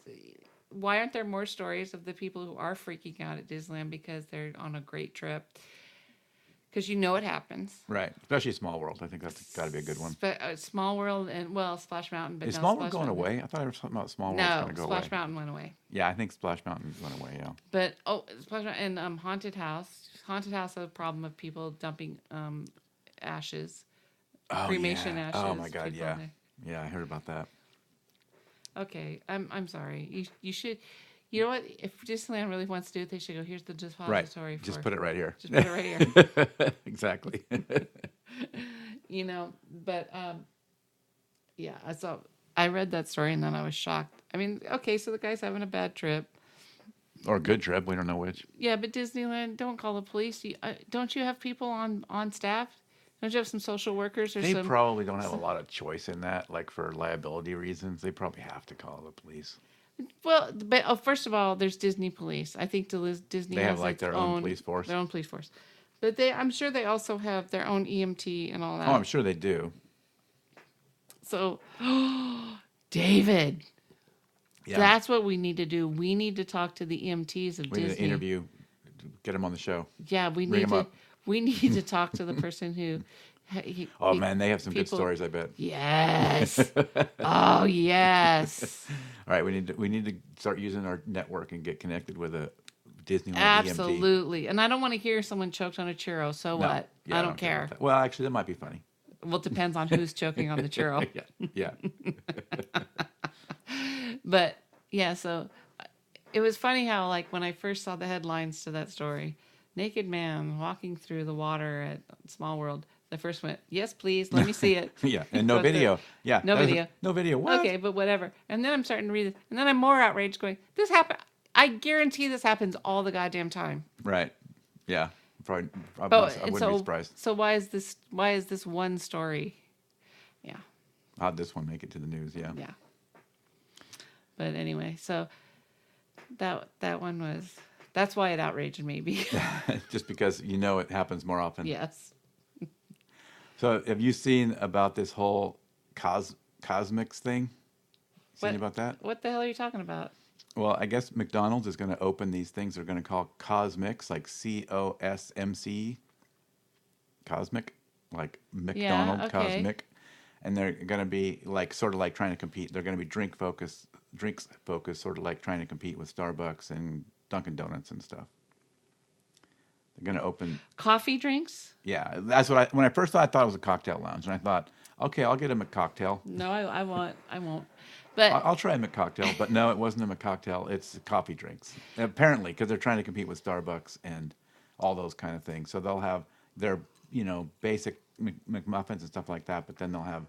B: why aren't there more stories of the people who are freaking out at Disneyland because they're on a great trip? Because you know it happens.
A: Right. Especially Small World. I think that's got to be a good one.
B: Spe- uh, Small World and well, Splash Mountain, but
A: Is
B: no,
A: Small World
B: Splash
A: going
B: Mountain-
A: away? I thought I was something about Small World
B: No,
A: going to go
B: Splash
A: away.
B: Mountain went away.
A: Yeah, I think Splash Mountain went away. Yeah.
B: But oh, Splash Mountain and um, Haunted House. Haunted House has a problem of people dumping um, ashes,
A: Oh,
B: cremation
A: yeah.
B: ashes.
A: Oh my God.
B: people in
A: Yeah.
B: there.
A: Yeah, I heard about that.
B: Okay, I'm I'm sorry. You you should, you know what? If Disneyland really wants to do it, they should go. Here's the
A: Right.
B: depository for.
A: Just put it right here.
B: Just put it right here.
A: exactly.
B: you know, but um, yeah. I saw. I read that story and then I was shocked. I mean, okay, so the guy's having a bad trip.
A: or good trip. We don't know which.
B: Yeah, but Disneyland, don't call the police. You, uh, don't you have people on on staff? Don't you have some social workers or
A: They
B: some?
A: probably don't have a lot of choice in that. Like for liability reasons, they probably have to call the police.
B: well, but oh, first of all, there's Disney police. I think Delis- Disney
A: They
B: has
A: have, like,
B: its
A: their own police force.
B: Their own police force, but they, I'm sure they also have their own EMT and all that.
A: Oh, I'm sure they do.
B: So, David,
A: Yeah.
B: that's what we need to do. We need to talk to the EMTs of
A: we
B: Disney.
A: need to interview, get him on the show.
B: Yeah, we
A: Ring
B: need
A: 'em
B: to.
A: up.
B: We need to talk to the person who. he-
A: Oh
B: he-
A: man, they have some good
B: people-
A: stories. I bet.
B: Yes. oh yes.
A: All right, we need to, we need to start using our network and get connected with a E Disneyland EMT.
B: Absolutely. And I don't want to hear someone choked on a churro. So
A: No.
B: what?
A: Yeah,
B: I don't care.
A: about that. Well, actually, that might be funny.
B: Well, it depends on who's choking on the churro.
A: Yeah, yeah.
B: But yeah, so uh, it was funny how like when I first saw the headlines to that story, naked man walking through the water at Small World. The first went, yes, please, let me see it.
A: Yeah, and no
B: But the-
A: video. Yeah,
B: no
A: that was a-
B: video.
A: no video. What?
B: Okay, but whatever. And then I'm starting to read it, and then I'm more outraged, going, this happened. I guarantee this happens all the goddamn time.
A: Right. Yeah. Probably. probably
B: Oh,
A: I
B: and
A: wouldn't
B: so
A: be surprised.
B: so why is this why is this one story? Yeah,
A: How'd this one make it to the news? Yeah.
B: yeah. But anyway, so that that one was that's why it outraged me. because-
A: Just because you know it happens more often.
B: yes,
A: So have you seen about this whole cos cosmics thing? Seen
B: What?
A: about that?
B: what the hell are you talking about?
A: Well, I guess McDonald's is going to open these things they're going to call cosmics, like C O S M C, cosmic, like McDonald
B: okay.
A: cosmic, and they're going to be like sort of like trying to compete. They're going to be drink focused, drinks focused, sort of like trying to compete with Starbucks and Dunkin' Donuts and stuff. They're going to open
B: Coffee drinks?
A: yeah, that's what I when I first thought I thought it was a cocktail lounge, and I thought, okay, I'll get a McCocktail.
B: No, I, I won't. I won't. But
A: I- I'll try a McCocktail, but no, it wasn't a McCocktail. It's coffee drinks, apparently, because they're trying to compete with Starbucks and all those kind of things. So they'll have their you know basic Mc, McMuffins and stuff like that, but then they'll have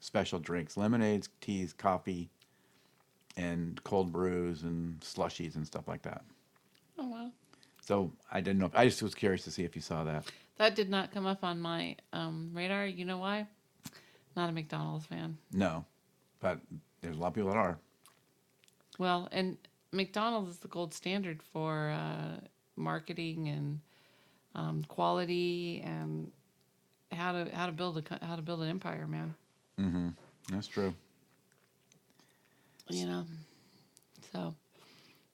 A: special drinks, lemonades, teas, coffee, and cold brews and slushies and stuff like that.
B: oh well,
A: So I didn't know. I just was curious to see if you saw that.
B: that did not come up on my um, radar. You know why? Not a McDonald's fan.
A: No, but there's a lot of people that are.
B: Well, and McDonald's is the gold standard for uh, marketing and um, quality and how to how to build a co- how to build an empire, man.
A: That's true.
B: You know, so.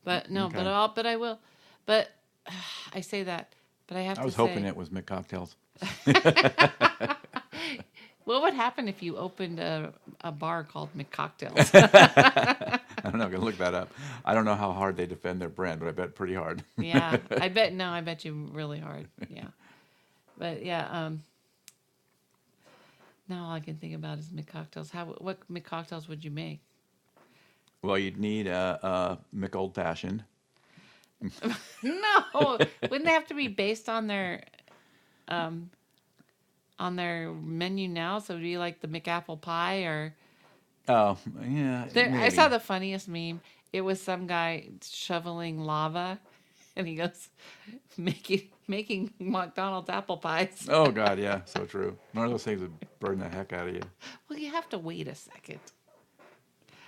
B: But no, but
A: Okay.
B: I'll but I will, but I say that. But I have to.
A: I was
B: say,
A: hoping it was McCocktails.
B: What would happen if you opened a, a bar called McCocktails?
A: I don't know. I'm gonna look that up. I don't know how hard they defend their brand, but I bet pretty hard.
B: yeah, I bet. No, I bet you really hard. Yeah, but yeah, um, Now all I can think about is McCocktails. How what McCocktails would you make?
A: Well, you'd need a, a Mick Old Fashioned.
B: No, wouldn't they have to be based on their, um, on their menu now? So it'd be like the McApple pie or.
A: Oh, yeah.
B: There, I
A: maybe.
B: saw the funniest meme. It was some guy shoveling lava, and he goes, making making McDonald's apple pies.
A: Oh God, yeah, so true. One of those things would burn the heck out of you.
B: Well, you have to wait a second.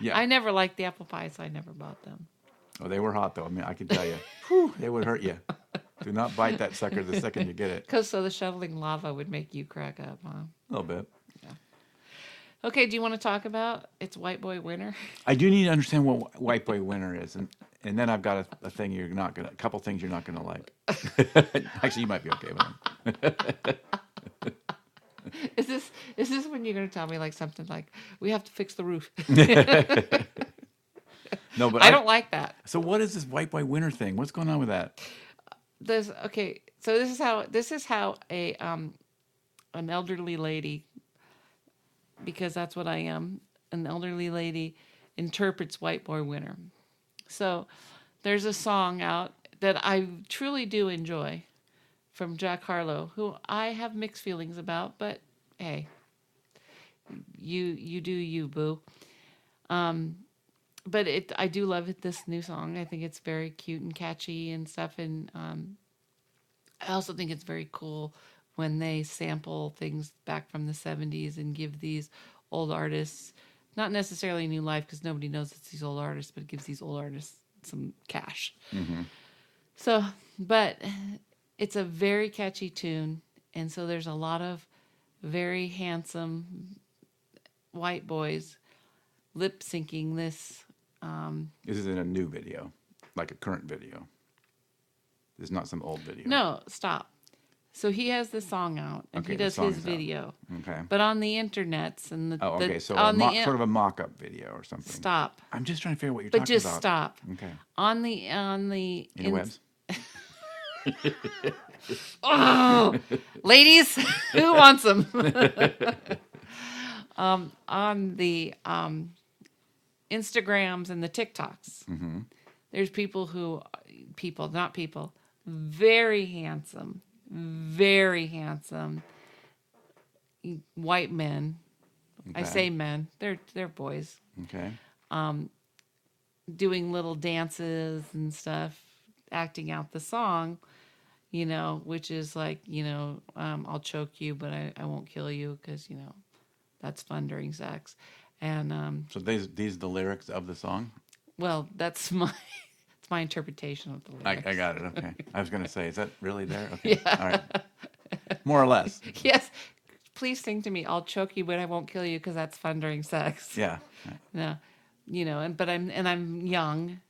A: Yeah.
B: I never liked the apple pies. So I never bought them.
A: Oh, they were hot though. I mean, I can tell you, Whew, they would hurt you. Do not bite that sucker the second you get it.
B: Cause so the shoveling lava would make you crack up, huh?
A: A little bit.
B: Okay, do you want to talk about it's white boy winter?
A: I do need to understand what wh- white boy winter is, and and then I've got a, a thing you're not gonna, a couple things you're not gonna like. Actually, you might be okay with them.
B: Is this is this when you're gonna tell me like something like we have to fix the roof?
A: No, but
B: I don't like that.
A: So what is this white boy winter thing? What's going on with that?
B: This okay. So this is how this is how a um an elderly lady because that's what I am. An elderly lady interprets white boy winter. So there's a song out that I truly do enjoy from Jack Harlow, who I have mixed feelings about, but hey, you you do you boo. Um, but it I do love it, this new song. I think it's very cute and catchy and stuff, and um, I also think it's very cool when they sample things back from the '70s and give these old artists not necessarily new life because nobody knows it's these old artists, but it gives these old artists some cash.
A: Mm-hmm.
B: So, but it's a very catchy tune. And so there's a lot of very handsome white boys lip syncing this.
A: This is in a new video, like a current video. This is not some old video.
B: No, stop. So he has the song out and
A: Okay,
B: he
A: the
B: does
A: song
B: his
A: is out.
B: video.
A: Okay.
B: But on the internets and the.
A: Oh,
B: the-
A: okay. So a
B: on
A: mo-
B: the in-
A: sort of a mock-up video or something.
B: Stop.
A: I'm just trying to figure out what you're
B: But
A: talking
B: just
A: about.
B: stop.
A: Okay.
B: On the. On the. in-
A: Interwebs.
B: Oh, ladies, who wants them? um, on the um, Instagrams and the TikToks,
A: Mm-hmm.
B: there's people who, people, not people, very handsome, very handsome white men. I
A: Okay.
B: say men; they're they're boys
A: Okay.
B: doing little dances and stuff, acting out the song, you know, which is like, you know, um, I'll choke you, but I, I won't kill you because, you know, that's fun during sex. And, um,
A: So these these are the lyrics of the song.
B: well, that's my. It's my interpretation of the
A: I,
B: lyrics.
A: I got it. Okay. I was gonna say, is that really there? Okay. All right. More or less.
B: Yes, please sing to me. I'll choke you, but I won't kill you because that's fun during sex.
A: Yeah.
B: no you know and but i'm and i'm young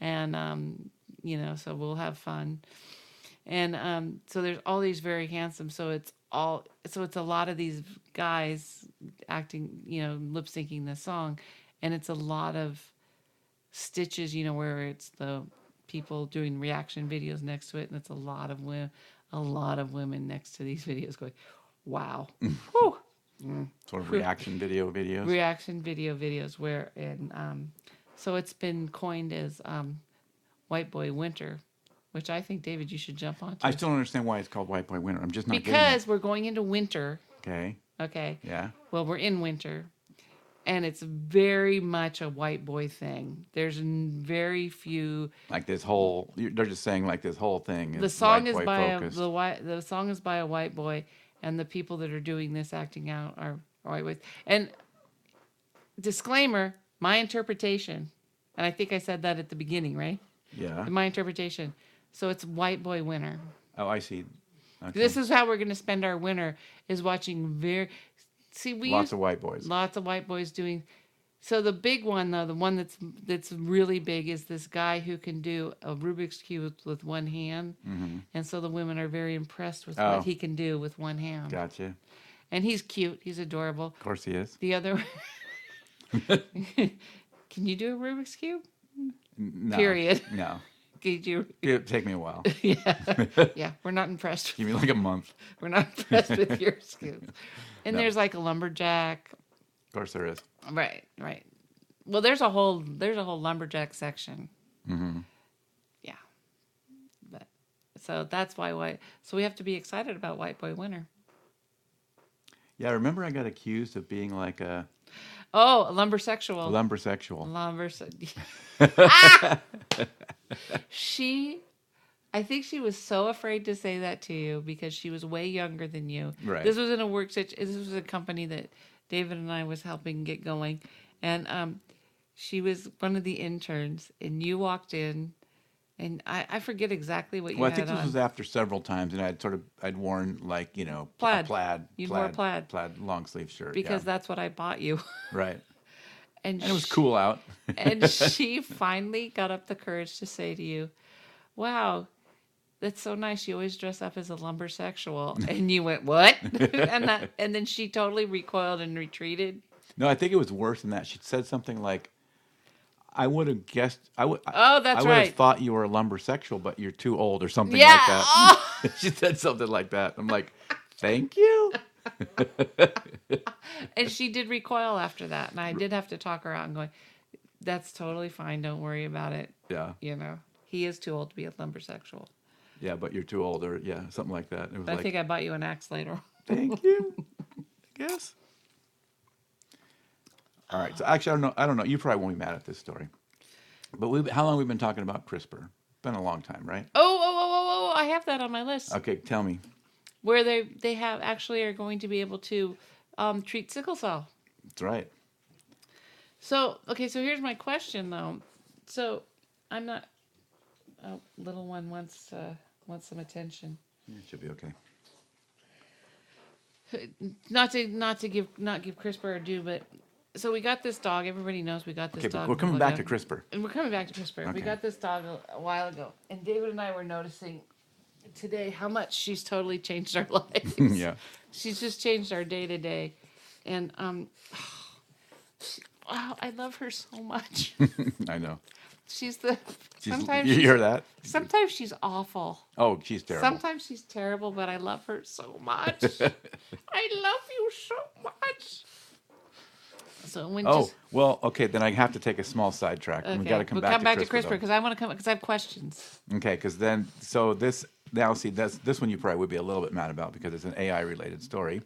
B: and um you know so we'll have fun and um so there's all these very handsome so it's all so it's a lot of these guys acting you know lip syncing this song and it's a lot of stitches you know where it's the people doing reaction videos next to it and it's a lot of women a lot of women next to these videos going wow Whew
A: Sort of reaction video videos.
B: reaction video videos where and um, so it's been coined as um, white boy winter which i think david you should jump on
A: I still don't understand why it's called White Boy Winter. I'm just not getting it.
B: because we're going into winter
A: Okay.
B: okay
A: Yeah.
B: well we're in winter and it's very much a white boy thing there's n- very few
A: Like this whole, you're- they're just saying like this whole thing. Is
B: the song
A: white
B: is
A: boy
B: by a,
A: focused.
B: the white the song is by a white boy and the people that are doing this acting out are, are white boys and disclaimer my interpretation and i think i said that at the beginning right
A: yeah.
B: my interpretation so it's white boy winter
A: Oh, I see. Okay.
B: this is how we're going to spend our winter is watching very see we
A: Lots
B: used-
A: of white boys.
B: lots of white boys doing so the big one though the one that's that's really big is this guy who can do a rubik's cube with, with one hand and so the women are very impressed with
A: Mm-hmm. Oh.
B: what he can do with one hand
A: Gotcha.
B: and he's cute he's adorable
A: Of course he is.
B: the other can you do a rubik's cube
A: No.
B: Period.
A: No.
B: Did you?
A: It'd take me a while.
B: Yeah, yeah. We're not impressed.
A: Give me like a month.
B: We're not impressed with your skills. And
A: No.
B: there's like a lumberjack.
A: Of course, there is.
B: Right, right. Well, there's a whole there's a whole lumberjack section.
A: Mm-hmm.
B: Yeah, but so that's why white. So we have to be excited about White Boy Winter.
A: Yeah, remember I got accused of being like a
B: Oh, a lumbersexual.
A: lumbersexual.
B: Lumber. Ah! she, I think she was so afraid to say that to you because she was way younger than you.
A: Right.
B: This was in a work situation. This was a company that David and I was helping get going, and um, she was one of the interns, and you walked in, and I, I forget exactly what you
A: Well, I
B: had
A: think this
B: on.
A: was after several times, and I'd sort of I'd worn like you know pl-
B: Plaid.
A: a plaid,
B: You wore
A: plaid,
B: a plaid.
A: plaid long sleeve shirt.
B: because
A: yeah.
B: that's what I bought you,
A: right,
B: and,
A: and it was
B: she-
A: cool out.
B: and she finally got up the courage to say to you, "Wow, that's so nice. You always dress up as a lumbersexual." And you went, "What?" and that, and then she totally recoiled and retreated.
A: No, I think it was worse than that. She said something like, "I would have guessed. I would.
B: Oh, that's
A: I would have
B: right.
A: thought you were a lumbersexual, but you're too old, or something
B: yeah.
A: like that."
B: Oh,
A: she said something like that. I'm like, "Thank you."
B: and she did recoil after that, and I did have to talk her out and going, "That's totally fine. Don't worry about it.
A: Yeah,
B: You know, he is too old to be a lumbersexual."
A: yeah, but you're too old, or yeah, something like that. It was
B: But I
A: like,
B: think I bought you an axe later.
A: Thank you. I guess. All right. So actually, I don't know. I don't know. You probably won't be mad at this story. But we, how long have we been talking about CRISPR? Been a long time, right?
B: Oh, oh, oh, oh, oh! I have that on my list.
A: Okay, tell me.
B: where they they have actually are going to be able to um, treat sickle cell.
A: That's right.
B: So okay, so here's my question though. So I'm not. Oh, little one wants uh, wants some attention.
A: It should be okay.
B: Not to not to give not give CRISPR a due, but so we got this dog. Everybody knows we got this
A: Okay,
B: dog.
A: but we're coming
B: Look
A: back
B: up.
A: to CRISPR.
B: And we're coming back to CRISPR.
A: Okay.
B: We got this dog a, a while ago, and David and I were noticing today how much she's totally changed our lives.
A: yeah.
B: She's just changed our day to day, and um, wow, I love her so much.
A: I know.
B: she's the
A: She's,
B: sometimes
A: you
B: she's,
A: hear that?
B: sometimes she's awful.
A: Oh, she's terrible.
B: Sometimes she's terrible, but I love her so much. I love you so much. So when
A: oh,
B: just,
A: well, okay. Then I have to take a small sidetrack.
B: okay,
A: We got to come
B: we'll
A: back,
B: come back
A: to CRISPR. though.
B: because I want to come because I have questions.
A: Okay, because then, so this now, see, that's this one you probably would be a little bit mad about because it's an AI related story.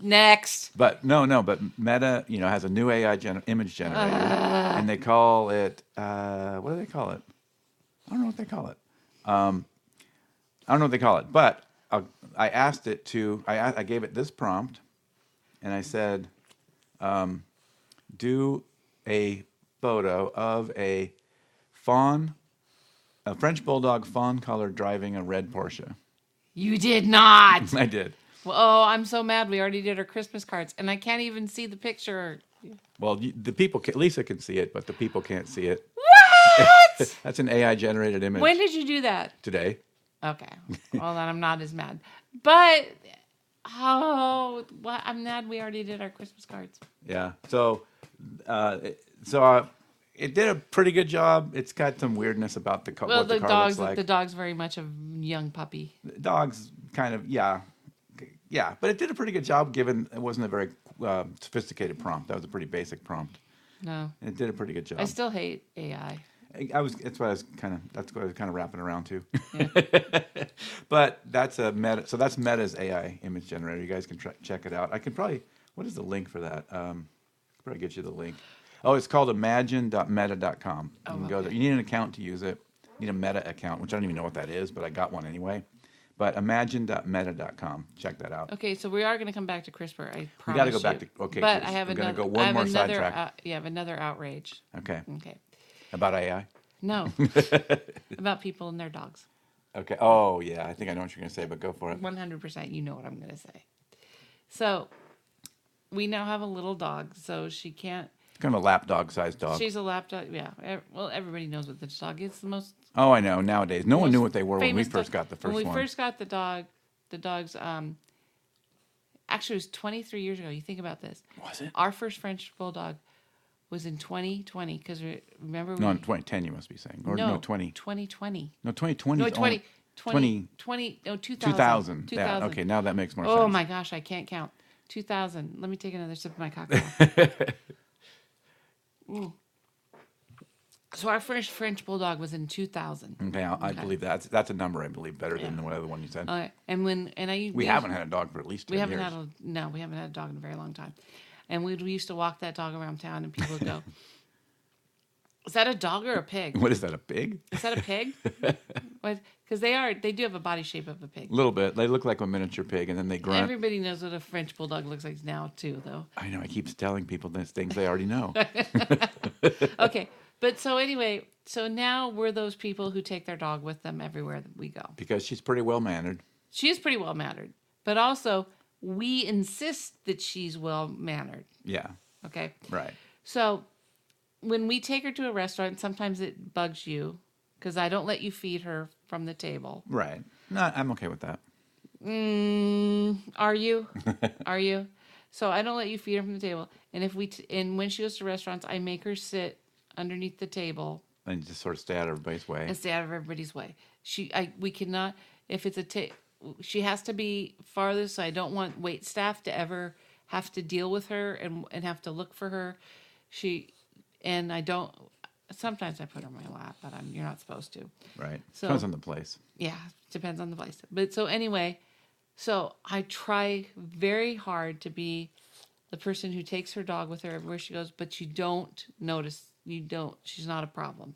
B: Next,
A: But no, no. But Meta, you know, has a new AI gen- image generator, and they call it uh, what do they call it? I don't know what they call it. Um, I don't know what they call it. But I, I asked it to. I, a- I gave it this prompt, and I said, um, "Do a photo of a fawn, a French bulldog fawn color driving a red Porsche."
B: you did not.
A: I did.
B: Well, oh, I'm so mad. We already did our Christmas cards, and I can't even see the picture.
A: Well, you, the people, can, Lisa can see it, but the people can't see it.
B: What?
A: That's an AI generated image
B: when did you do that?
A: today.
B: Okay. Well, then I'm not as mad. But oh, what? I'm mad. We already did our Christmas cards.
A: Yeah. So, uh, it- so uh, it did a pretty good job. It's got some weirdness about the car.
B: Well,
A: what the,
B: the,
A: car
B: dog's
A: looks like.
B: the dog's very much a young puppy.
A: The dogs kind of yeah, yeah. But it did a pretty good job given it wasn't a very uh, sophisticated prompt. That was a pretty basic prompt.
B: No,
A: And it did a pretty good job.
B: I still hate AI.
A: I, I was that's what I was kind of that's what I was kind of wrapping around to. but that's a meta. So that's Meta's AI image generator. You guys can tr- check it out. I can probably what is the link for that? Um, I'll probably get you the link. Oh, it's called imagine.meta.com. You can go
B: okay.
A: there. You need an account to use it. You need a Meta account, which I don't even know what that is, but I got one anyway. But imagine.meta.com. Check that out.
B: Okay, so we are going to come back to CRISPR. I promise
A: gotta go back
B: you.
A: to- okay,
B: But
A: good.
B: I have
A: I'm gonna
B: another.
A: go one
B: I have
A: more
B: another,
A: sidetrack.
B: uh, yeah, I have another outrage.
A: Okay.
B: Okay.
A: About AI.
B: No. About people and their dogs.
A: Okay. Oh yeah, I think I know what you're gonna say, but go for it.
B: One hundred percent, you know what I'm gonna say. So, we now have a little dog, so she can't.
A: Kind of a lap dog sized dog.
B: She's a lap dog. Yeah. ev- Well, everybody knows what this dog is. The most.
A: Oh, I know. Nowadays, no one
B: most
A: knew what they were when we
B: famous dog-
A: first got the first
B: When we
A: one.
B: first got the dog, the dog's um. Actually, it was 23 years ago. You think about this.
A: was it?
B: Our first French bulldog was in 2020 because re- remember
A: No,
B: we,
A: in 2010 you must be saying, or no, 20.
B: 2020
A: No, 2020.
B: no
A: is only-
B: 20 20 20 no 2000
A: 2000. Yeah. Okay, now that makes more
B: oh
A: sense.
B: my gosh I can't count 2000 let me take another sip of my cocktail Ooh. so our first French bulldog was in 2000
A: Okay, Mm, I, I believe that's that's a number I believe better than
B: Yeah.
A: the other one you said.
B: Uh, and when and I
A: we haven't had a dog for at least 10
B: we haven't
A: years.
B: had a no we haven't had a dog in a very long time and we we used to walk that dog around town and people would go is that a dog or a pig
A: what is that? A pig?
B: is that a pig because they are they do have a body shape of a pig
A: A little bit. They look like a miniature pig, and then they grunt.
B: everybody knows what a french bulldog looks like now too though
A: I know. I keep telling people these things they already know.
B: okay but so anyway so now we're those people who take their dog with them everywhere that we go
A: because she's pretty well mannered.
B: she is pretty well mannered but also we insist that she's well mannered
A: Yeah.
B: okay
A: Right.
B: So when we take her to a restaurant, sometimes it bugs you because I don't let you feed her from the table.
A: Right. No, I'm okay with that.
B: Mm, are you? are you? So I don't let you feed her from the table. And if we t- and when she goes to restaurants, I make her sit underneath the table
A: And just sort of stay out of everybody's way.
B: and stay out of everybody's way. She I we cannot if it's a ta- she has to be farther so I don't want wait staff to ever have to deal with her and and have to look for her. She and I don't sometimes I put her in my lap, but I'm you're not supposed to.
A: Right.
B: So-
A: Depends on the place.
B: Yeah, depends on the place. But so anyway, so I try very hard to be the person who takes her dog with her everywhere she goes, but you don't notice. You don't. She's not a problem.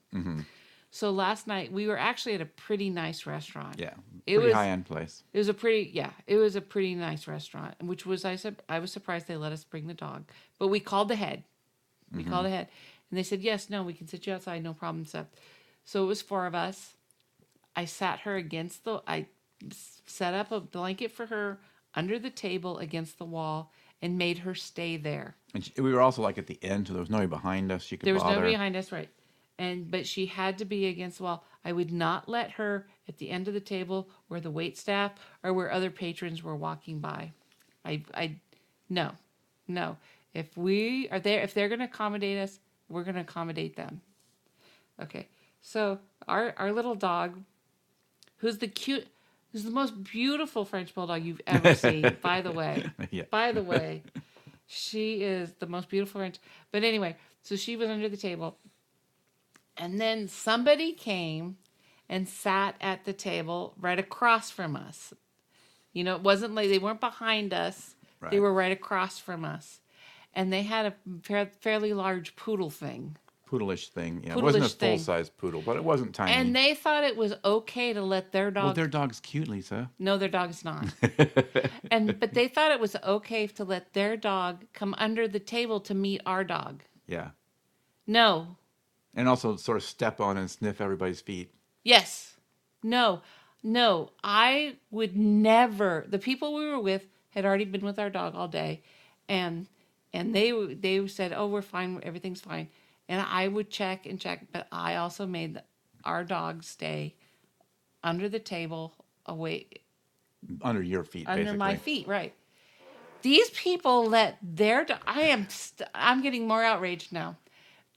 B: So last night we were actually at a pretty nice restaurant.
A: Yeah.
B: It
A: pretty
B: was-
A: high end place.
B: It was a pretty yeah, it was a pretty nice restaurant, which was I said I was surprised they let us bring the dog. But we called ahead. We called ahead. And they said, Yes, no, we can sit you outside, no problem, Seth. So it was four of us. I sat her against the I s- set up a blanket for her under the table against the wall and made her stay there.
A: And she, we were also like at the end, so there was nobody behind us. She could
B: There was
A: bother.
B: nobody behind us, right? And but she had to be against the wall. I would not let her at the end of the table where the wait staff or where other patrons were walking by. I I no. No. If we are there if they're gonna accommodate us, we're gonna accommodate them. Okay. So our our little dog, who's the cute who's the most beautiful French bulldog you've ever seen, by the way.
A: Yeah.
B: By the way, she is the most beautiful French. But anyway, so she was under the table. And then somebody came and sat at the table right across from us. You know, it wasn't like they weren't behind us, they
A: Right.
B: were right across from us. And they had a fair, fairly large poodle thing.
A: Poodleish thing. Yeah. It wasn't a
B: Poodleish thing.
A: full size poodle, but it wasn't tiny.
B: And they thought it was okay to let their dog
A: well, their dog's cute, Lisa.
B: No, their dog's not. and but they thought it was okay to let their dog come under the table to meet our dog.
A: Yeah.
B: No.
A: And also sort of step on and sniff everybody's feet.
B: Yes. No. No. I would never. The people we were with had already been with our dog all day, and and they they said, "Oh, we're fine. Everything's fine." And I would check and check, but I also made our dog stay under the table, away
A: Under your feet,
B: under
A: basically.
B: my feet, right? These people let their do- I am st- I'm getting more outraged now.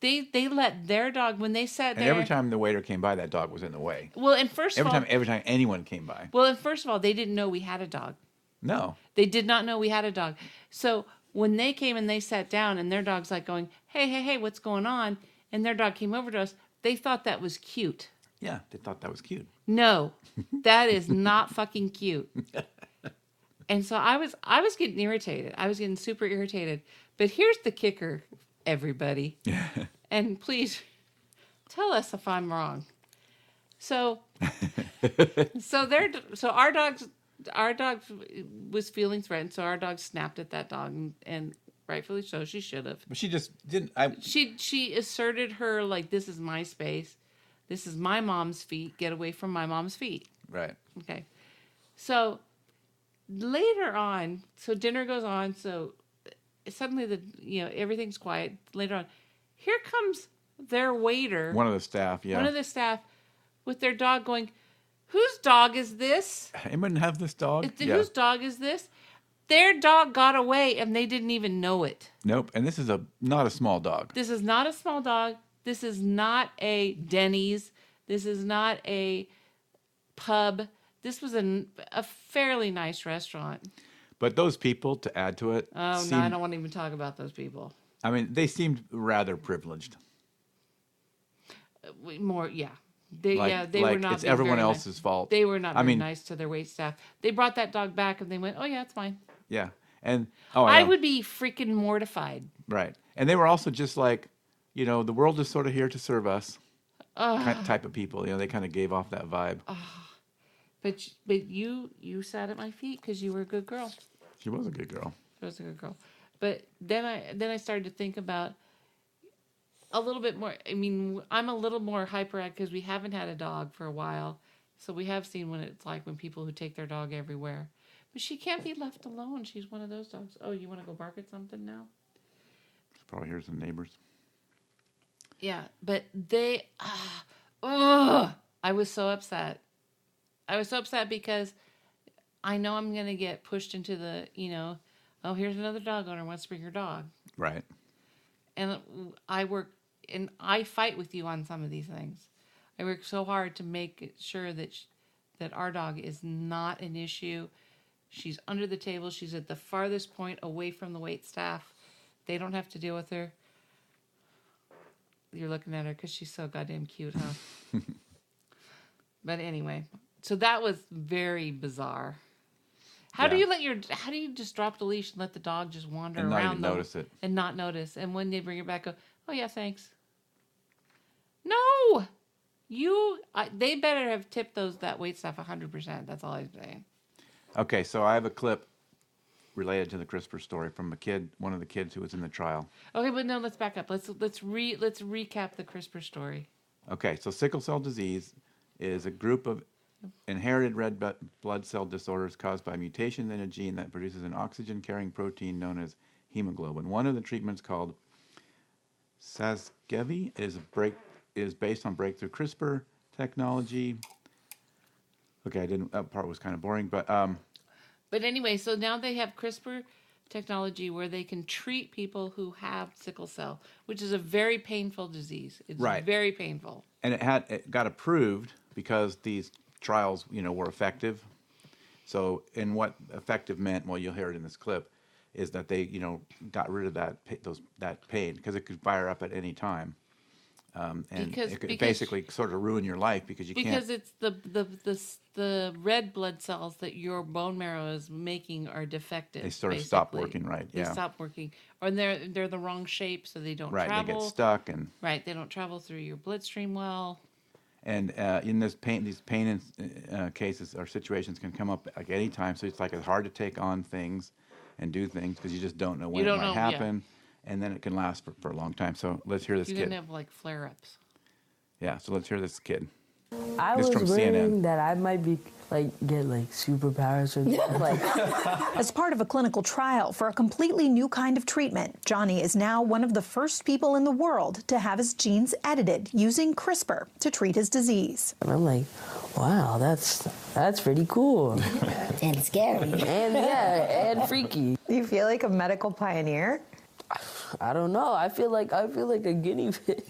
B: They they let their dog when they sat
A: And
B: there.
A: every time the waiter came by, that dog was in the way.
B: well, and first
A: Every
B: of all,
A: time, every time anyone came by.
B: well, and first of all, they didn't know we had a dog.
A: No.
B: They did not know we had a dog. So when they came and they sat down, and their dog's like going, "Hey, hey, hey, what's going on?" and their dog came over to us, they thought that was cute.
A: Yeah, they thought that was cute.
B: No, that is not fucking cute. And so I was I was getting irritated. I was getting super irritated. But here's the kicker, everybody. and please tell us if I'm wrong. So so their so our dogs our dog was feeling threatened, so our dog snapped at that dog and, and rightfully so she should have
A: But she just didn't. I
B: she she asserted her like this is my space this is my mom's feet get away from my mom's feet
A: right.
B: okay so later on so dinner goes on so suddenly the you know everything's quiet later on here comes their waiter
A: One of the staff. Yeah.
B: one of the staff with their dog going whose dog is this
A: Anyone have this dog?
B: Whose dog is this? Their dog got away and they didn't even know it.
A: Nope. And this is a not a small dog.
B: This is not a small dog. This is not a Denny's. This is not a pub. This was an, a fairly nice restaurant.
A: But those people, to add to it,
B: Oh, no, I
A: seemed-
B: don't want to even talk about those people.
A: I mean, they seemed rather privileged.
B: Uh, We- More, yeah. They,
A: Like,
B: yeah, they
A: like
B: were not.
A: it's
B: being
A: everyone
B: very nice.
A: else's fault.
B: They were not
A: I
B: very
A: mean-
B: nice to their wait staff. They brought that dog back and they went, "Oh yeah, it's fine."
A: yeah. And oh,
B: I
A: know.
B: would be freaking mortified.
A: Right. And they were also just like, you know, the world is sort of here to serve us ki- type of people. You know, they kind of gave off that vibe.
B: But y- but you you sat at my feet because you were a good girl.
A: She was a good girl.
B: I was a good girl. But then I then I started to think about a little bit more. I mean, I'm a little more hyperactive because we haven't had a dog for a while, so we have seen what it's like when people who take their dog everywhere. But she can't be left alone. She's one of those dogs. Oh, you want to go bark at something now?
A: She probably hears the neighbors.
B: Yeah, but they, ah, ugh, I was so upset. I was so upset because I know I'm gonna get pushed into the, you know, oh here's another dog owner wants to bring your dog,
A: Right.
B: and I work and I fight with you on some of these things. I work so hard to make it sure that sh- that our dog is not an issue. She's under the table. She's at the farthest point away from the wait staff. They don't have to deal with her. You're looking at her because she's so goddamn cute, huh? but anyway, so that was very bizarre. How do
A: Yeah.
B: you let your? How do you just drop the leash and let the dog just wander
A: And not
B: around?
A: even
B: the-
A: notice it.
B: and not notice. And when they bring it back, go, oh yeah, thanks. No, you. I, they better have tipped those that wait staff hundred percent. That's all I'm saying.
A: Okay. So I have a clip related to the CRISPR story from a kid, one of the kids who was in the trial.
B: Okay, but no, let's back up. Let's let's re let's recap the CRISPR story.
A: Okay, so sickle cell disease is a group of inherited red bu- blood cell disorders caused by mutation in a gene that produces an oxygen carrying protein known as hemoglobin. One of the treatments called Sasgevi is a break is based on breakthrough CRISPR technology. Okay, I didn't that part was kind of boring, but um
B: But anyway, so now they have CRISPR technology where they can treat people who have sickle cell, which is a very painful disease. It's
A: Right.
B: very painful.
A: and it had it got approved because these trials you know were effective so and what effective meant well you'll hear it in this clip is that they you know got rid of that pa- those that pain because it could fire up at any time um, and
B: Because-
A: it could
B: because-
A: basically sort of ruin your life because you
B: because
A: can't
B: it's the, the the the red blood cells that your bone marrow is making are defective.
A: They sort of stop
B: basically.
A: working right,
B: They
A: yeah.
B: stop working, or they're they're the wrong shape, so they don't
A: right
B: travel.
A: they get stuck and
B: Right, they don't travel through your bloodstream well.
A: and uh, in this pain these pain in, uh, cases or situations can come up like any time so it's like it's hard to take on things and do things because you just don't know when
B: don't
A: it might
B: know, yeah.
A: happen and then it can last for, for a long time so let's hear this
B: You're
A: kid
B: gonna have like flare ups.
A: yeah so let's hear this kid
C: I
A: This
C: was
A: from CNN.
C: worrying that I might be like get like superpowers or like
D: As part of a clinical trial for a completely new kind of treatment, Johnny is now one of the first people in the world to have his genes edited using CRISPR to treat his disease.
C: and I'm like, wow, that's that's pretty cool
E: and scary.
C: and yeah and freaky.
D: Do you feel like a medical pioneer?
C: I don't know. I feel like I feel like a guinea pig.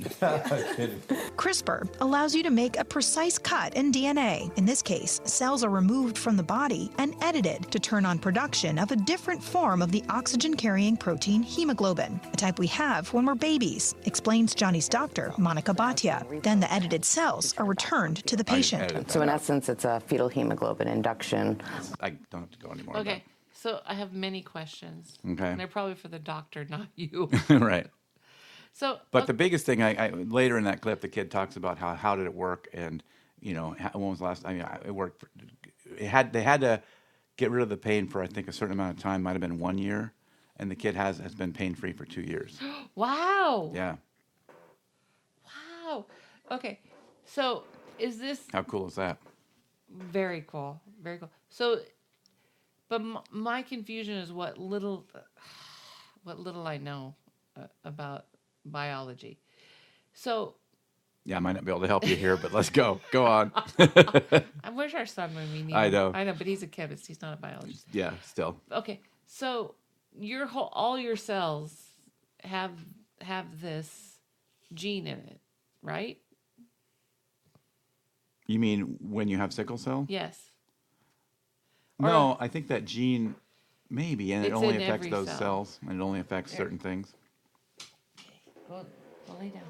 D: CRISPR allows you to make a precise cut in DNA. In this case, cells are removed from the body and edited to turn on production of a different form of the oxygen carrying protein hemoglobin, a type we have when we're babies, explains Johnny's doctor, Monica Bhatia. Then the edited cells are returned to the patient.
A: Edit
F: So
A: that
F: in
A: out.
F: essence, it's a fetal hemoglobin induction.
A: i don't have to go anymore on
B: Okay, so I have many questions.
A: Okay.
B: and they're probably for the doctor, not you.
A: that. right
B: So,
A: but the biggest thing I, I later in that clip the kid talks about how how did it work and you know how, when was the last i mean I- it worked for, it had they had to get rid of the pain for i think a certain amount of time might have been one year and the kid has has been pain free for two years
B: oh, wow,
A: yeah
B: wow. Okay, so is this
A: how cool is that
B: Very cool. Very cool. So, but m- my confusion is what little, what little I know uh, about biology. So
A: yeah i might not be able to help you here but let's go go on
B: I wish our son would be.
A: I know.
B: I know, but he's a chemist. He's not a biologist.
A: yeah still
B: Okay, So your whole all your cells have have this gene in it, right?
A: You mean when you have sickle cell?
B: Yes.
A: No, I think that gene maybe, and it
B: It's
A: only
B: in
A: affects
B: every
A: those
B: cell.
A: cells, and it only affects certain things.
F: Go, go lay down.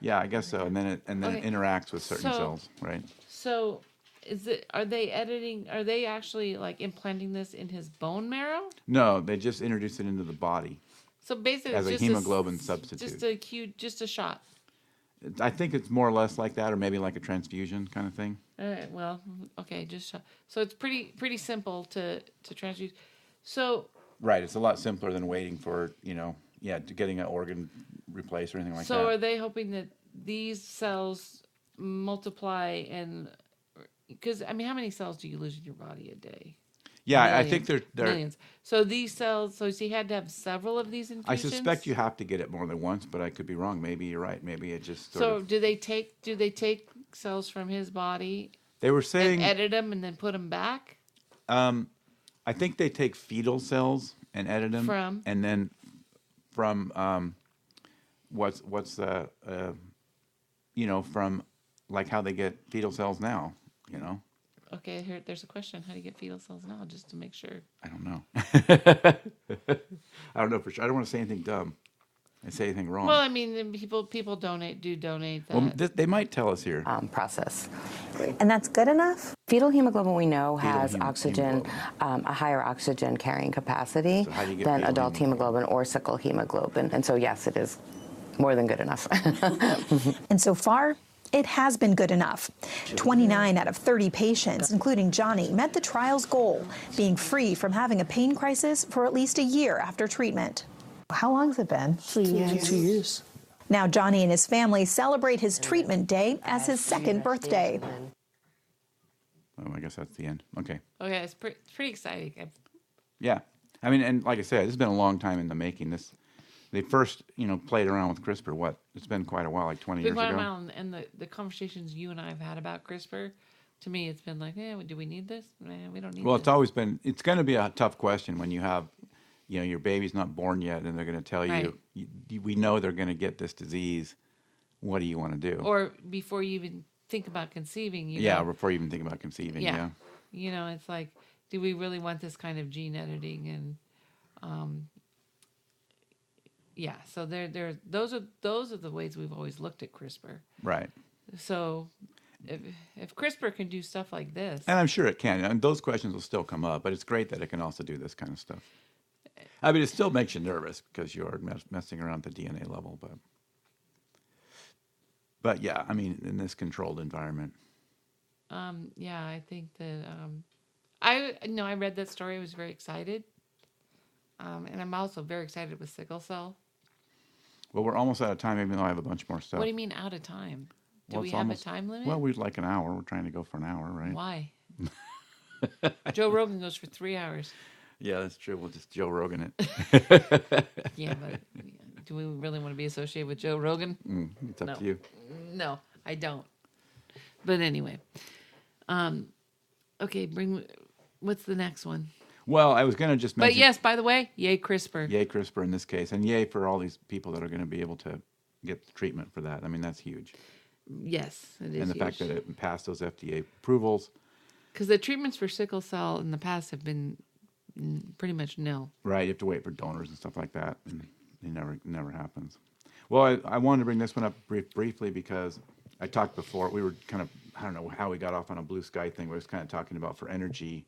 A: Yeah, I guess so. And then it and then
B: Okay.
A: it interacts with certain
B: So-
A: cells, right?
B: So is it are they editing are they actually like implanting this in his bone marrow?
A: No, they just introduce it into the body.
B: So basically
A: As
B: it's
A: a
B: just
A: hemoglobin
B: s- Just
A: substitute.
B: a cue just a shot.
A: It- I think it's more or less like that, or maybe like a transfusion kind of thing.
B: All right. Well, okay, just shot. So it's pretty pretty simple to to transfuse. So
A: Right. It's a lot simpler than waiting for you know, yeah, to getting an organ replaced or anything like
B: so
A: that.
B: are they hoping that these cells multiply and because I mean, how many cells do you lose in your body a day?
A: yeah, I- I think they're
B: Millions.
A: they're.
B: millions. So these cells. So he had to have several of these
A: I
B: infusions.
A: suspect you have to get it more than once, but I could be wrong. Maybe you're right. Maybe it just sort
B: So
A: of.
B: do they take do they take cells from his body
A: They were
B: and
A: saying
B: edit them and then put them back?
A: I think they take fetal cells and edit them
B: From?
A: and then from um, what's what's the uh, you know from like how they get fetal cells now. You know,
B: Okay, here there's a question. How do you get fetal cells now? Just to make sure.
A: I don't know. I don't know for sure. I don't want to say anything dumb and say anything wrong.
B: Well, uh, I mean, then people people donate do donate that.
A: Well, th- they might tell us here.
F: Um, process.
E: And that's good enough?
F: Fetal hemoglobin we know has
A: hem-
F: oxygen, um, a higher oxygen carrying capacity
A: So how do you get
F: than
A: fetal
F: adult hemoglobin or sickle hemoglobin. And so, yes, it is more than good enough.
E: And so far, it has been good enough. 29 out of 30 patients, including Johnny, met the trial's goal, being free from having a pain crisis for at least a year after treatment. How long's it been?
C: Yeah, two years.
E: Now, Johnny and his family celebrate his treatment day as his second birthday.
A: Oh, I guess that's the end. Okay.
B: Okay, it's pretty pretty exciting. I-
A: Yeah. I mean, and like I said, it's been a long time in the making. This, they first, you know, played around with CRISPR. What? It's been quite a while, like 20
B: Big
A: years
B: Wild
A: ago.
B: Mountain and the, the conversations you and I have had about CRISPR, to me, it's been like, eh, do we need this? Man, we don't need
A: Well,
B: this.
A: it's always been. It's going to be a tough question when you have, you know, your baby's not born yet, and they're going to tell
B: Right.
A: you, you, you, we know they're going to get this disease. What do you want to do?
B: or before you even think about conceiving, you
A: yeah,
B: know,
A: before you even think about conceiving. Yeah.
B: yeah. You know, it's like, do we really want this kind of gene editing? And, um, yeah. So there, there. Those are those are the ways we've always looked at CRISPR.
A: Right.
B: So, if if CRISPR can do stuff like this,
A: And I'm sure it can. And those questions will still come up, but it's great that it can also do this kind of stuff. I mean, it still makes you nervous because you're mess- messing around at the DNA level, but but yeah, I mean, in this controlled environment,
B: Um, yeah, I think that um, I no, I read that story. I was very excited, um, and I'm also very excited with sickle cell.
A: well, we're almost out of time. Even though I have a bunch more stuff.
B: What do you mean out of time? Do
A: Well,
B: we
A: it's
B: have
A: almost-
B: a time limit?
A: Well, we'd like an hour. We're trying to go for an hour, right?
B: Why? Joe Rogan goes for three hours.
A: Yeah, that's true. We'll just Joe Rogan it.
B: Yeah, but do we really want to be associated with Joe Rogan?
A: Mm. It's up
B: No.
A: to you.
B: No, I don't. But anyway, um, okay. Bring what's the next one?
A: Well, I was going to just mention
B: But yes, by the way, yay CRISPR.
A: yay CRISPR in this case, and yay for all these people that are going to be able to get the treatment for that. I mean, that's huge.
B: Yes, it is.
A: and the fact that it passed those FDA approvals,
B: Because the treatments for sickle cell in the past have been mm, pretty much nil.
A: right? You have to wait for donors and stuff like that, and it never never happens. Well, I, I wanted to bring this one up brief, briefly because I talked before. We were kind of I don't know how we got off on a blue sky thing. We was kind of talking about for energy.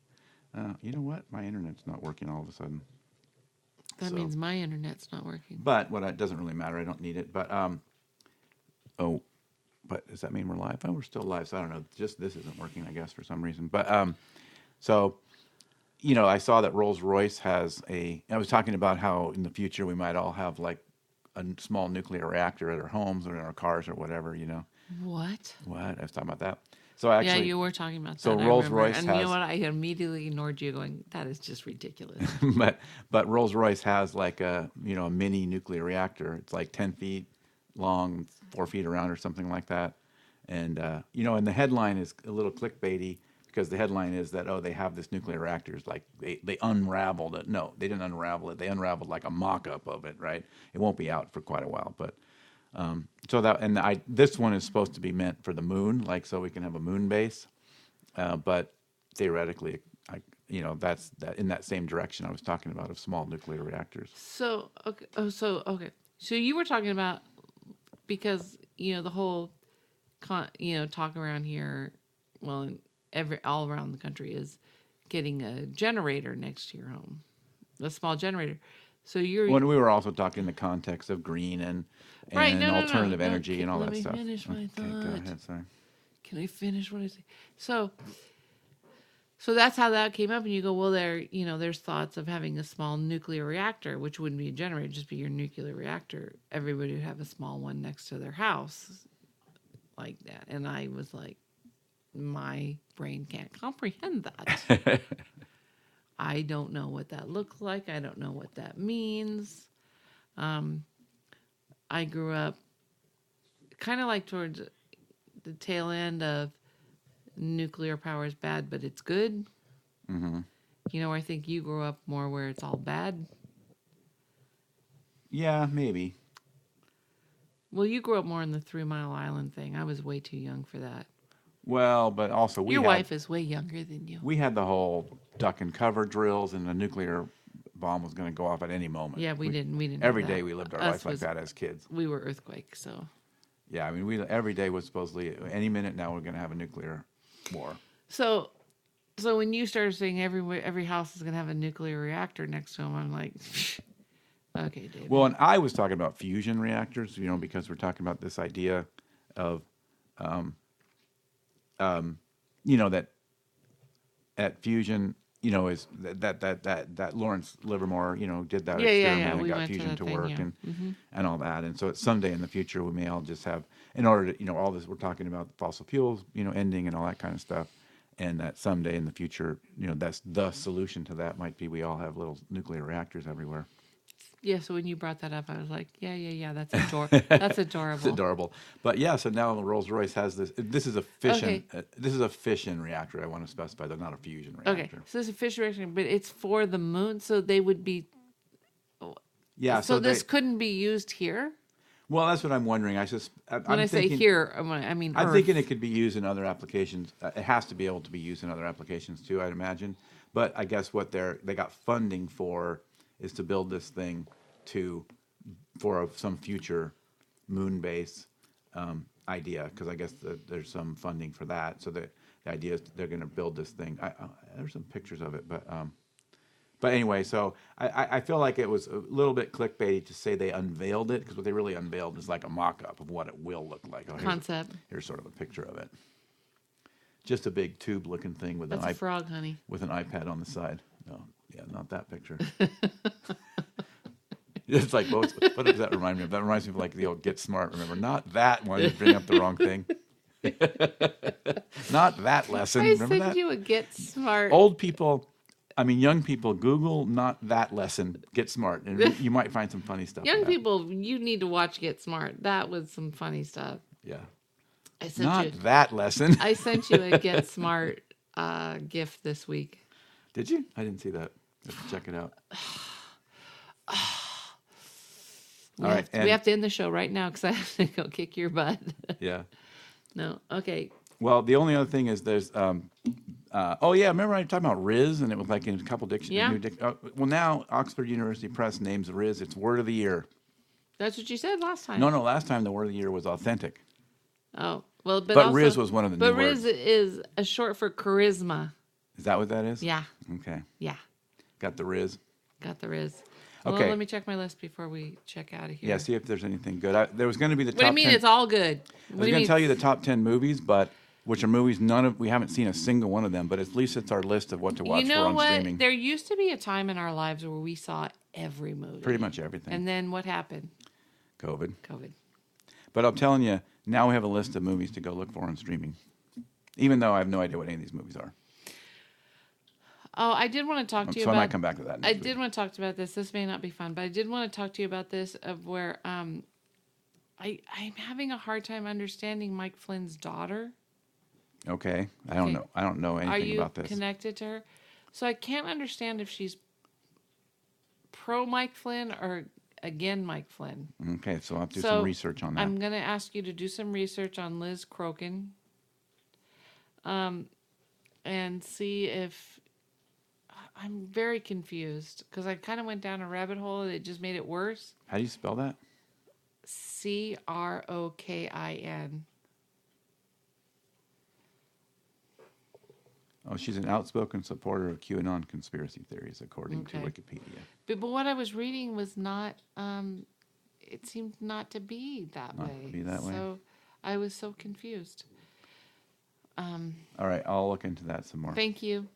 A: Uh, you know what? My internet's not working all of a sudden.
B: That
A: So-
B: means my internet's not working.
A: But what I, it doesn't really matter. I don't need it. But um, oh, but does that mean we're live? Oh, we're still live. So I don't know. Just this isn't working, I guess, for some reason. But um, so you know, I saw that Rolls Royce has a. I was talking about how in the future we might all have like a n- small nuclear reactor at our homes or in our cars or whatever. You know
B: What?
A: what I was talking about that. So I actually,
B: yeah, you were talking about that.
A: so
B: I
A: Rolls
B: remember.
A: Royce
B: and you
A: has-
B: know what? I immediately ignored you, going, "That is just ridiculous."
A: but but Rolls Royce has like a you know a mini nuclear reactor. It's like ten feet long, four feet around, or something like that. And uh, you know, and the headline is a little clickbaity because the headline is that oh they have this nuclear reactors like they, they unraveled it no they didn't unravel it they unraveled like a mock-up of it right it won't be out for quite a while but um, so that and I this one is supposed to be meant for the moon like so we can have a moon base uh, but theoretically I, you know that's that in that same direction I was talking about of small nuclear reactors
B: So okay. Oh, so okay. So you were talking about because you know the whole, con, you know, talk around here, well, in every all around the country is getting a generator next to your home, a small generator. So you're
A: when we were also talking in the context of green and and
B: Right, no, no, no,
A: alternative
B: no,
A: energy
B: keep-
A: and all
B: let
A: that
B: me
A: stuff
B: finish my
A: go
B: thought.
A: ahead sorry
B: Can I finish what I say? So, so that's how that came up, and you go, well, there, you know, there's thoughts of having a small nuclear reactor, which wouldn't be a generator, just be your nuclear reactor. Everybody would have a small one next to their house, like that. And I was like, my brain can't comprehend that. I don't know what that looks like. I don't know what that means. Um, I grew up kind of like towards the tail end of nuclear power is bad, but it's good.
A: Mm-hmm.
B: You know, I think you grew up more where it's all bad.
A: yeah maybe
B: Well, you grew up more in the Three Mile Island thing. I was way too young for that.
A: well but also we
B: Your
A: had,
B: wife is way younger than you.
A: we had the whole duck and cover drills and the nuclear bomb was going to go off at any moment
B: yeah, we, didn't. We didn't.
A: every
B: have
A: day
B: that.
A: we lived our
B: Us
A: life like
B: was-
A: that as kids
B: We were earthquake, so
A: yeah i mean we every day was supposedly any minute now we're going to have a nuclear war
B: so so when you started saying every every house is gonna have a nuclear reactor next to them, I'm like, okay, David.
A: Well, and I was talking about fusion reactors, you know, because we're talking about this idea of, um, um, you know, that at fusion, you know, is that that that that, that Lawrence Livermore, you know, did that
B: Yeah, yeah,
A: experiment
B: yeah.
A: and
B: We
A: got
B: went to
A: fusion
B: that
A: to,
B: thing,
A: work
B: yeah. Mm-hmm.
A: and and all that. And so it's someday in the future we may all just have, in order to, you know, all this we're talking about fossil fuels, you know, ending and all that kind of stuff. And that someday in the future, you know, that's the solution to that might be we all have little nuclear reactors everywhere.
B: yeah. So when you brought that up, I was like, yeah, yeah, yeah. That's adorable. that's adorable.
A: It's adorable. But yeah, so now Rolls Royce has this. This is a fission.
B: Okay.
A: Uh, this is a fission reactor. I want to specify. They're not a fusion
B: Okay,
A: reactor.
B: so this is a fish reaction, but it's for the moon, so they would be.
A: Yeah.
B: so
A: So,
B: this
A: They,
B: couldn't be used here.
A: well, that's what I'm wondering. I just. I,
B: When
A: I'm
B: i say
A: thinking,
B: here, I'm, I mean
A: I'm
B: Earth.
A: thinking it could be used in other applications. Uh, It has to be able to be used in other applications too, I'd imagine. But I guess what they're they got funding for is to build this thing to for a, some future moon base um, idea because I guess the, there's some funding for that. So the, the idea is they're going to build this thing. I, I, there's some pictures of it, but. Um, but anyway, so I- I, I feel like it was a little bit clickbaity to say they unveiled it because what they really unveiled is like a mock up of what it will look like. Oh, here's-
B: Concept.
A: Here's sort of a picture of it. Just a big tube looking thing with
B: That's
A: an
B: a
A: iP-
B: frog, honey.
A: with an iPad on the side. No, yeah, not that picture. it's like, what, was- what does that remind me of? That reminds me of like the old Get Smart. Remember, not that one. You bring up the wrong thing. not that lesson.
B: I
A: remember
B: sent
A: that? Oh,
B: you a get smart.
A: old people i mean young people google not that lesson get smart and you might find some funny stuff
B: Young
A: about it.
B: people, you need to watch Get Smart. That was some funny stuff.
A: yeah
B: I sent
A: not
B: you.
A: that lesson
B: I sent you a Get Smart uh, gift this week.
A: did you i didn't see that Have to check it out
B: We,
A: All
B: have,
A: right,
B: to- we
A: and-
B: have to end the show right now because I have to go kick your butt.
A: yeah
B: no, okay.
A: well the only other thing is there's um uh, oh yeah remember i was talking about riz and it was like in a couple dictionaries
B: Yeah.
A: new dic- uh, well now oxford university press names riz its word of the year
B: That's what you said last time.
A: no no last time the word of the year was authentic
B: Oh, well, but,
A: But
B: also,
A: Riz was one of the
B: But
A: new
B: Riz
A: words.
B: is a short for charisma.
A: is that what that is
B: Yeah,
A: okay
B: yeah,
A: got the riz
B: got the Riz. Well,
A: Okay.
B: let me check my list before we check out of here.
A: yeah see if there's anything good I, there was going to be the
B: What do you mean?
A: 10
B: It's all
A: I
B: good. What
A: was
B: do you
A: going
B: mean?
A: to tell you the top ten movies, but which are movies none of we haven't seen a single one of them. But at least it's our list of what to watch
B: you know
A: for on
B: what?
A: streaming.
B: There used to be a time in our lives where we saw every movie.
A: Pretty much everything.
B: And then what happened?
A: COVID.
B: COVID.
A: But I'm telling you, now we have a list of movies to go look for on streaming. Even though I have no idea what any of these movies are,
B: Oh, I did want to talk to you
A: so I
B: about.
A: might come back to that. Next
B: I
A: week.
B: did want to talk to you about this. This may not be fun, but I did want to talk to you about this of where um, I I'm having a hard time understanding Mike Flynn's daughter.
A: Okay. I don't
B: Okay.
A: know. I don't know
B: Are
A: anything
B: you
A: about this.
B: connected to her? So I can't understand if she's pro Mike Flynn or again Mike Flynn.
A: okay. So I'll have to do
B: so
A: some research on that.
B: I'm going to ask you to do some research on Liz Crokin, um, and see if I- I'm very confused because I kind of went down a rabbit hole and it just made it worse.
A: How do you spell that?
B: C R O K I N.
A: Oh, she's an outspoken supporter of QAnon conspiracy theories, according to
B: Okay.
A: Wikipedia.
B: But, but what I was reading was not. Um, it seemed not to be that
A: Not to
B: way.
A: be that way.
B: So I was so confused.
A: All right. I'll look into that some more.
B: Thank you.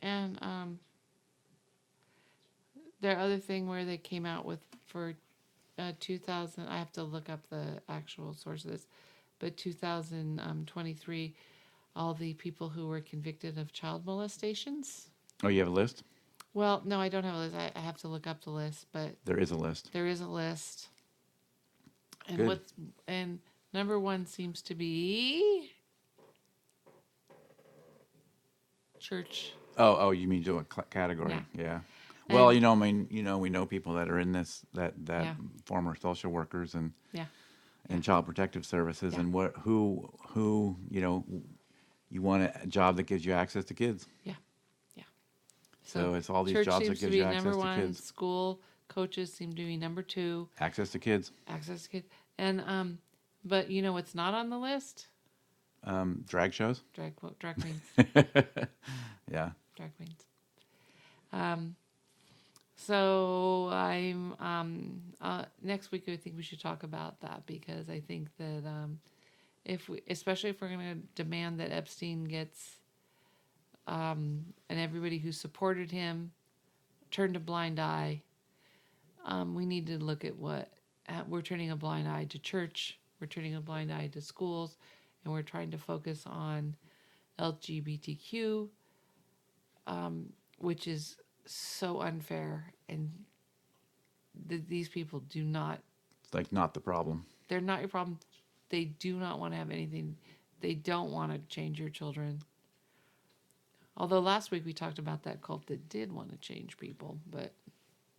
B: And um, their other thing where they came out with for uh, 2000, I have to look up the actual source of this, but 2023, all the people who were convicted of child molestations.
A: oh, you have a list?
B: Well, no, I don't have a list. I, I have to look up the list, but
A: There is a list.
B: there is a list. And
A: Good.
B: what's and number one seems to be church.
A: Oh, oh, you mean do a cl- category?
B: Yeah.
A: Yeah. Well,
B: And-
A: you know, I mean, you know, we know people that are in this that that
B: Yeah.
A: former social workers and
B: Yeah.
A: and child protective services
B: Yeah.
A: and what who who you know you want a job that gives you access to kids.
B: Yeah. Yeah.
A: So it's all these
B: church
A: jobs that
B: seems to
A: gives
B: be
A: you access
B: number
A: to
B: one.
A: kids.
B: School coaches seem to be number two.
A: Access to kids,
B: Access to kids. And um but you know what's not on the list?
A: um, drag shows.
B: Drag quote drag queens.
A: Yeah.
B: drag queens. Um, so I'm um, uh, next week. I think we should talk about that because I think that um, if we, especially if we're going to demand that Epstein gets, um, and everybody who supported him turned a blind eye, um, we need to look at what at, we're turning a blind eye to church, we're turning a blind eye to schools, and we're trying to focus on LGBTQ which is so unfair and th- these people do not
A: It's like not the problem.
B: they're not your problem they do not want to have anything they don't want to change your children although last week we talked about that cult that did want to change people but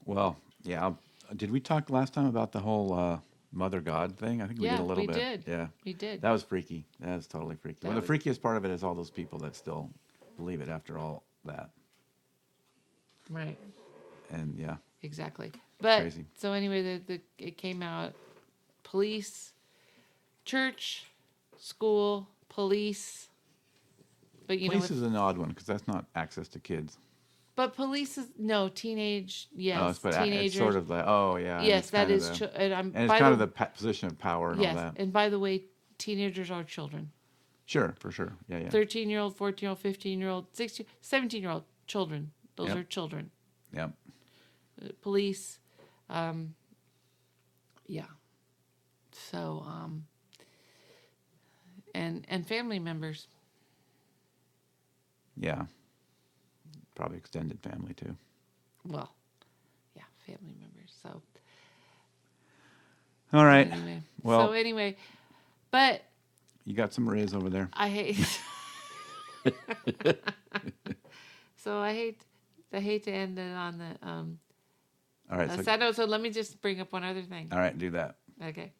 A: Well, yeah. I'll, did we talk last time about the whole uh, mother god thing? I think we
B: yeah
A: did a little
B: we
A: bit.
B: did
A: Yeah.
B: we did
A: That was freaky. That was totally freaky.
B: That
A: well, the
B: was-
A: freakiest part of it is all those people that still believe it after all that.
B: right
A: And yeah,
B: exactly but
A: crazy.
B: so anyway the, the it came out police church school police but you know
A: police
B: it's-
A: is an odd one because that's not access to kids.
B: But police is no teenage. Yes,
A: oh, it's, but a-
B: teenagers.
A: it's sort of like oh yeah. and
B: yes,
A: it's
B: that
A: kind of
B: is.
A: the-
B: chi- and I'm.
A: and it's
B: by
A: kind of the pa- position of power and
B: Yes,
A: all that.
B: and by the way, teenagers are children.
A: sure, for sure. Yeah, yeah.
B: Thirteen-year-old, fourteen-year-old, fifteen-year-old, 16, 17-year-old children. Those
A: Yep.
B: are children.
A: Yep.
B: Uh, Police. Um, yeah. So um. And and family members.
A: Yeah. Probably extended family too.
B: Well, yeah, family members. So.
A: All right.
B: Anyway,
A: Well,
B: so anyway, but
A: you got some rays over there.
B: I hate. so I hate. I hate to end it on the um,
A: All right.
B: a
A: So,
B: sad note. So let me just bring up one other thing.
A: all right, do that.
B: Okay,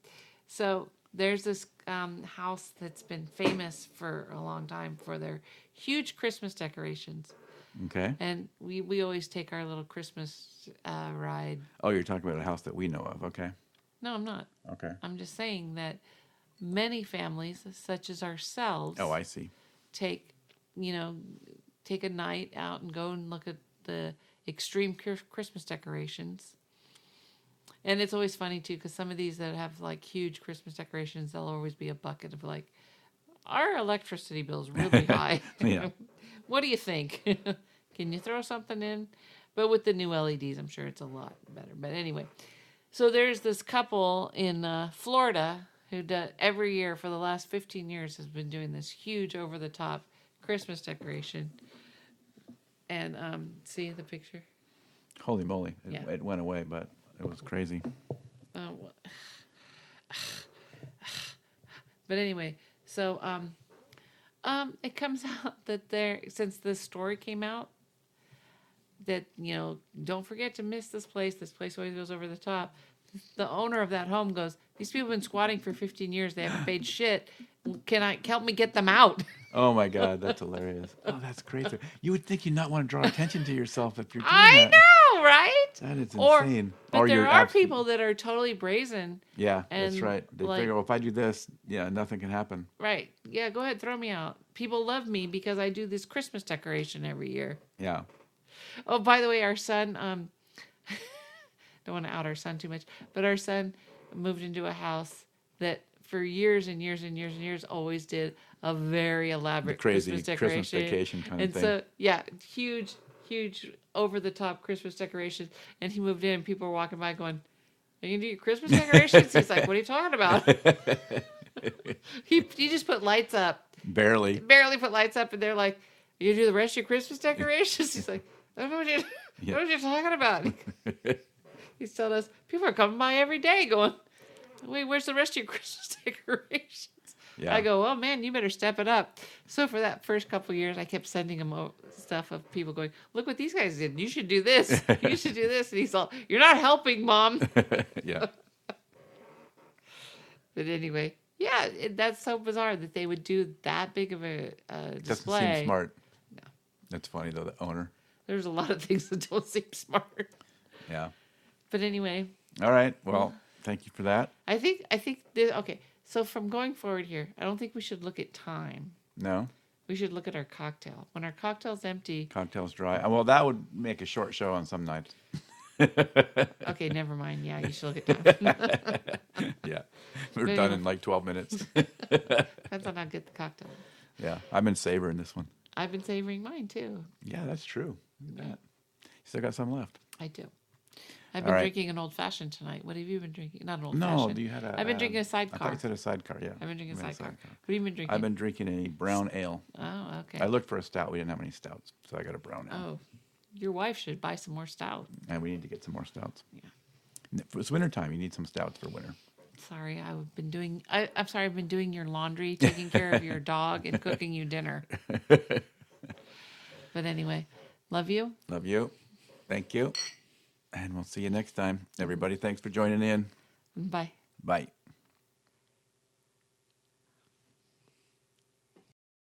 B: so there's this um, house that's been famous for a long time for their huge Christmas decorations,
A: Okay.
B: and we we always take our little Christmas uh, ride.
A: Oh, you're talking about a house that we know of. Okay.
B: No, I'm not.
A: Okay.
B: I'm just saying that many families, such as ourselves,
A: Oh, I see.
B: take you know take a night out and go and look at the extreme Chris- christmas decorations and it's always funny too because some of these that have like huge christmas decorations there'll always be a bucket of like our electricity bill's really high
A: Yeah.
B: what do you think can you throw something in but with the new leds i'm sure it's a lot better but anyway so there's this couple in uh, Florida who does every year for the last 15 years has been doing this huge over the top Christmas decoration. And um, see the picture.
A: Holy moly. It,
B: Yeah.
A: it went away, but it was crazy.
B: Oh, wha- But anyway, so um, um, it comes out that there, since this story came out, that you know, don't forget to miss this place. This place always goes over the top. The owner of that home goes, "These people have been squatting for 15 years. They haven't paid shit. Can I help me get them out?"
A: Oh my God, that's hilarious. Oh, that's crazy. You would think you'd not want to draw attention to yourself if you're doing
B: I
A: that.
B: know, right?
A: That is
B: Or-
A: insane.
B: But
A: Or
B: there
A: you're
B: are
A: abs-
B: people that are totally brazen.
A: Yeah, that's
B: and,
A: right. They
B: like-
A: figure, well, if I do this, yeah, nothing can happen.
B: Right. Yeah, go ahead, throw me out. People love me because I do this Christmas decoration every year.
A: Yeah.
B: Oh, by the way, our son, um don't want to out our son too much, but our son moved into a house that for years and years and years and years always did a very elaborate
A: crazy
B: Christmas decoration.
A: Christmas vacation kind of
B: and
A: thing.
B: so yeah, huge, huge over the top Christmas decoration. And he moved in, people were walking by going, Are you gonna do your Christmas decorations? He's like, What are you talking about? he he just put lights up
A: Barely.
B: barely put lights up, and they're like, "You do the rest of your Christmas decorations?" He's like, "I don't know what you, I don't know what you're talking about." He's telling us people are coming by every day, going, "Wait, where's the rest of your Christmas decorations?"
A: Yeah.
B: I go, "Oh man, you better step it up." So for that first couple years, I kept sending him o- stuff of people going, "Look what these guys did. You should do this. You should do this." And he's all, "You're not helping, mom."
A: yeah.
B: But anyway, yeah, it, that's so bizarre that they would do that big of a, uh
A: Doesn't
B: display.
A: seem smart. That's funny though. The owner.
B: There's a lot of things that don't seem smart.
A: Yeah.
B: But anyway,
A: All right. Well, thank you for that.
B: I think I think the, okay. So from going forward here, I don't think we should look at time.
A: No,
B: We should look at our cocktail. When our cocktail's empty,
A: cocktails dry. Uh, Well, that would make a short show on some nights.
B: okay, never mind. Yeah, you should look at time.
A: Yeah, we're done
B: Maybe.
A: in like twelve minutes.
B: Depends on how good the cocktail. is.
A: yeah, I've been savoring this one.
B: I've been savoring mine too.
A: Yeah, that's true. Look at that. Still got some left.
B: I do.
A: All
B: I've been
A: right.
B: drinking an old fashioned tonight. What have you been drinking? Not an old
A: No,
B: fashioned.
A: you had a.
B: I've been
A: um,
B: drinking a
A: I
B: sidecar.
A: thought you said a sidecar. Yeah,
B: I've been drinking a
A: You had
B: sidecar. What have you been drinking?
A: I've been drinking a brown ale.
B: Oh, okay.
A: I looked for a stout. We didn't have any stouts, so I got a brown ale.
B: oh, your wife should buy some more stout.
A: And we need to get some more stouts. Yeah. It's wintertime. You need some stouts for winter.
B: Sorry, I've been doing. I, I'm sorry, I've been doing your laundry, taking care of your dog, and cooking you dinner. but anyway, love you.
A: Love you. Thank you. And we'll see you next time. Everybody, thanks for joining in.
B: Bye.
A: Bye.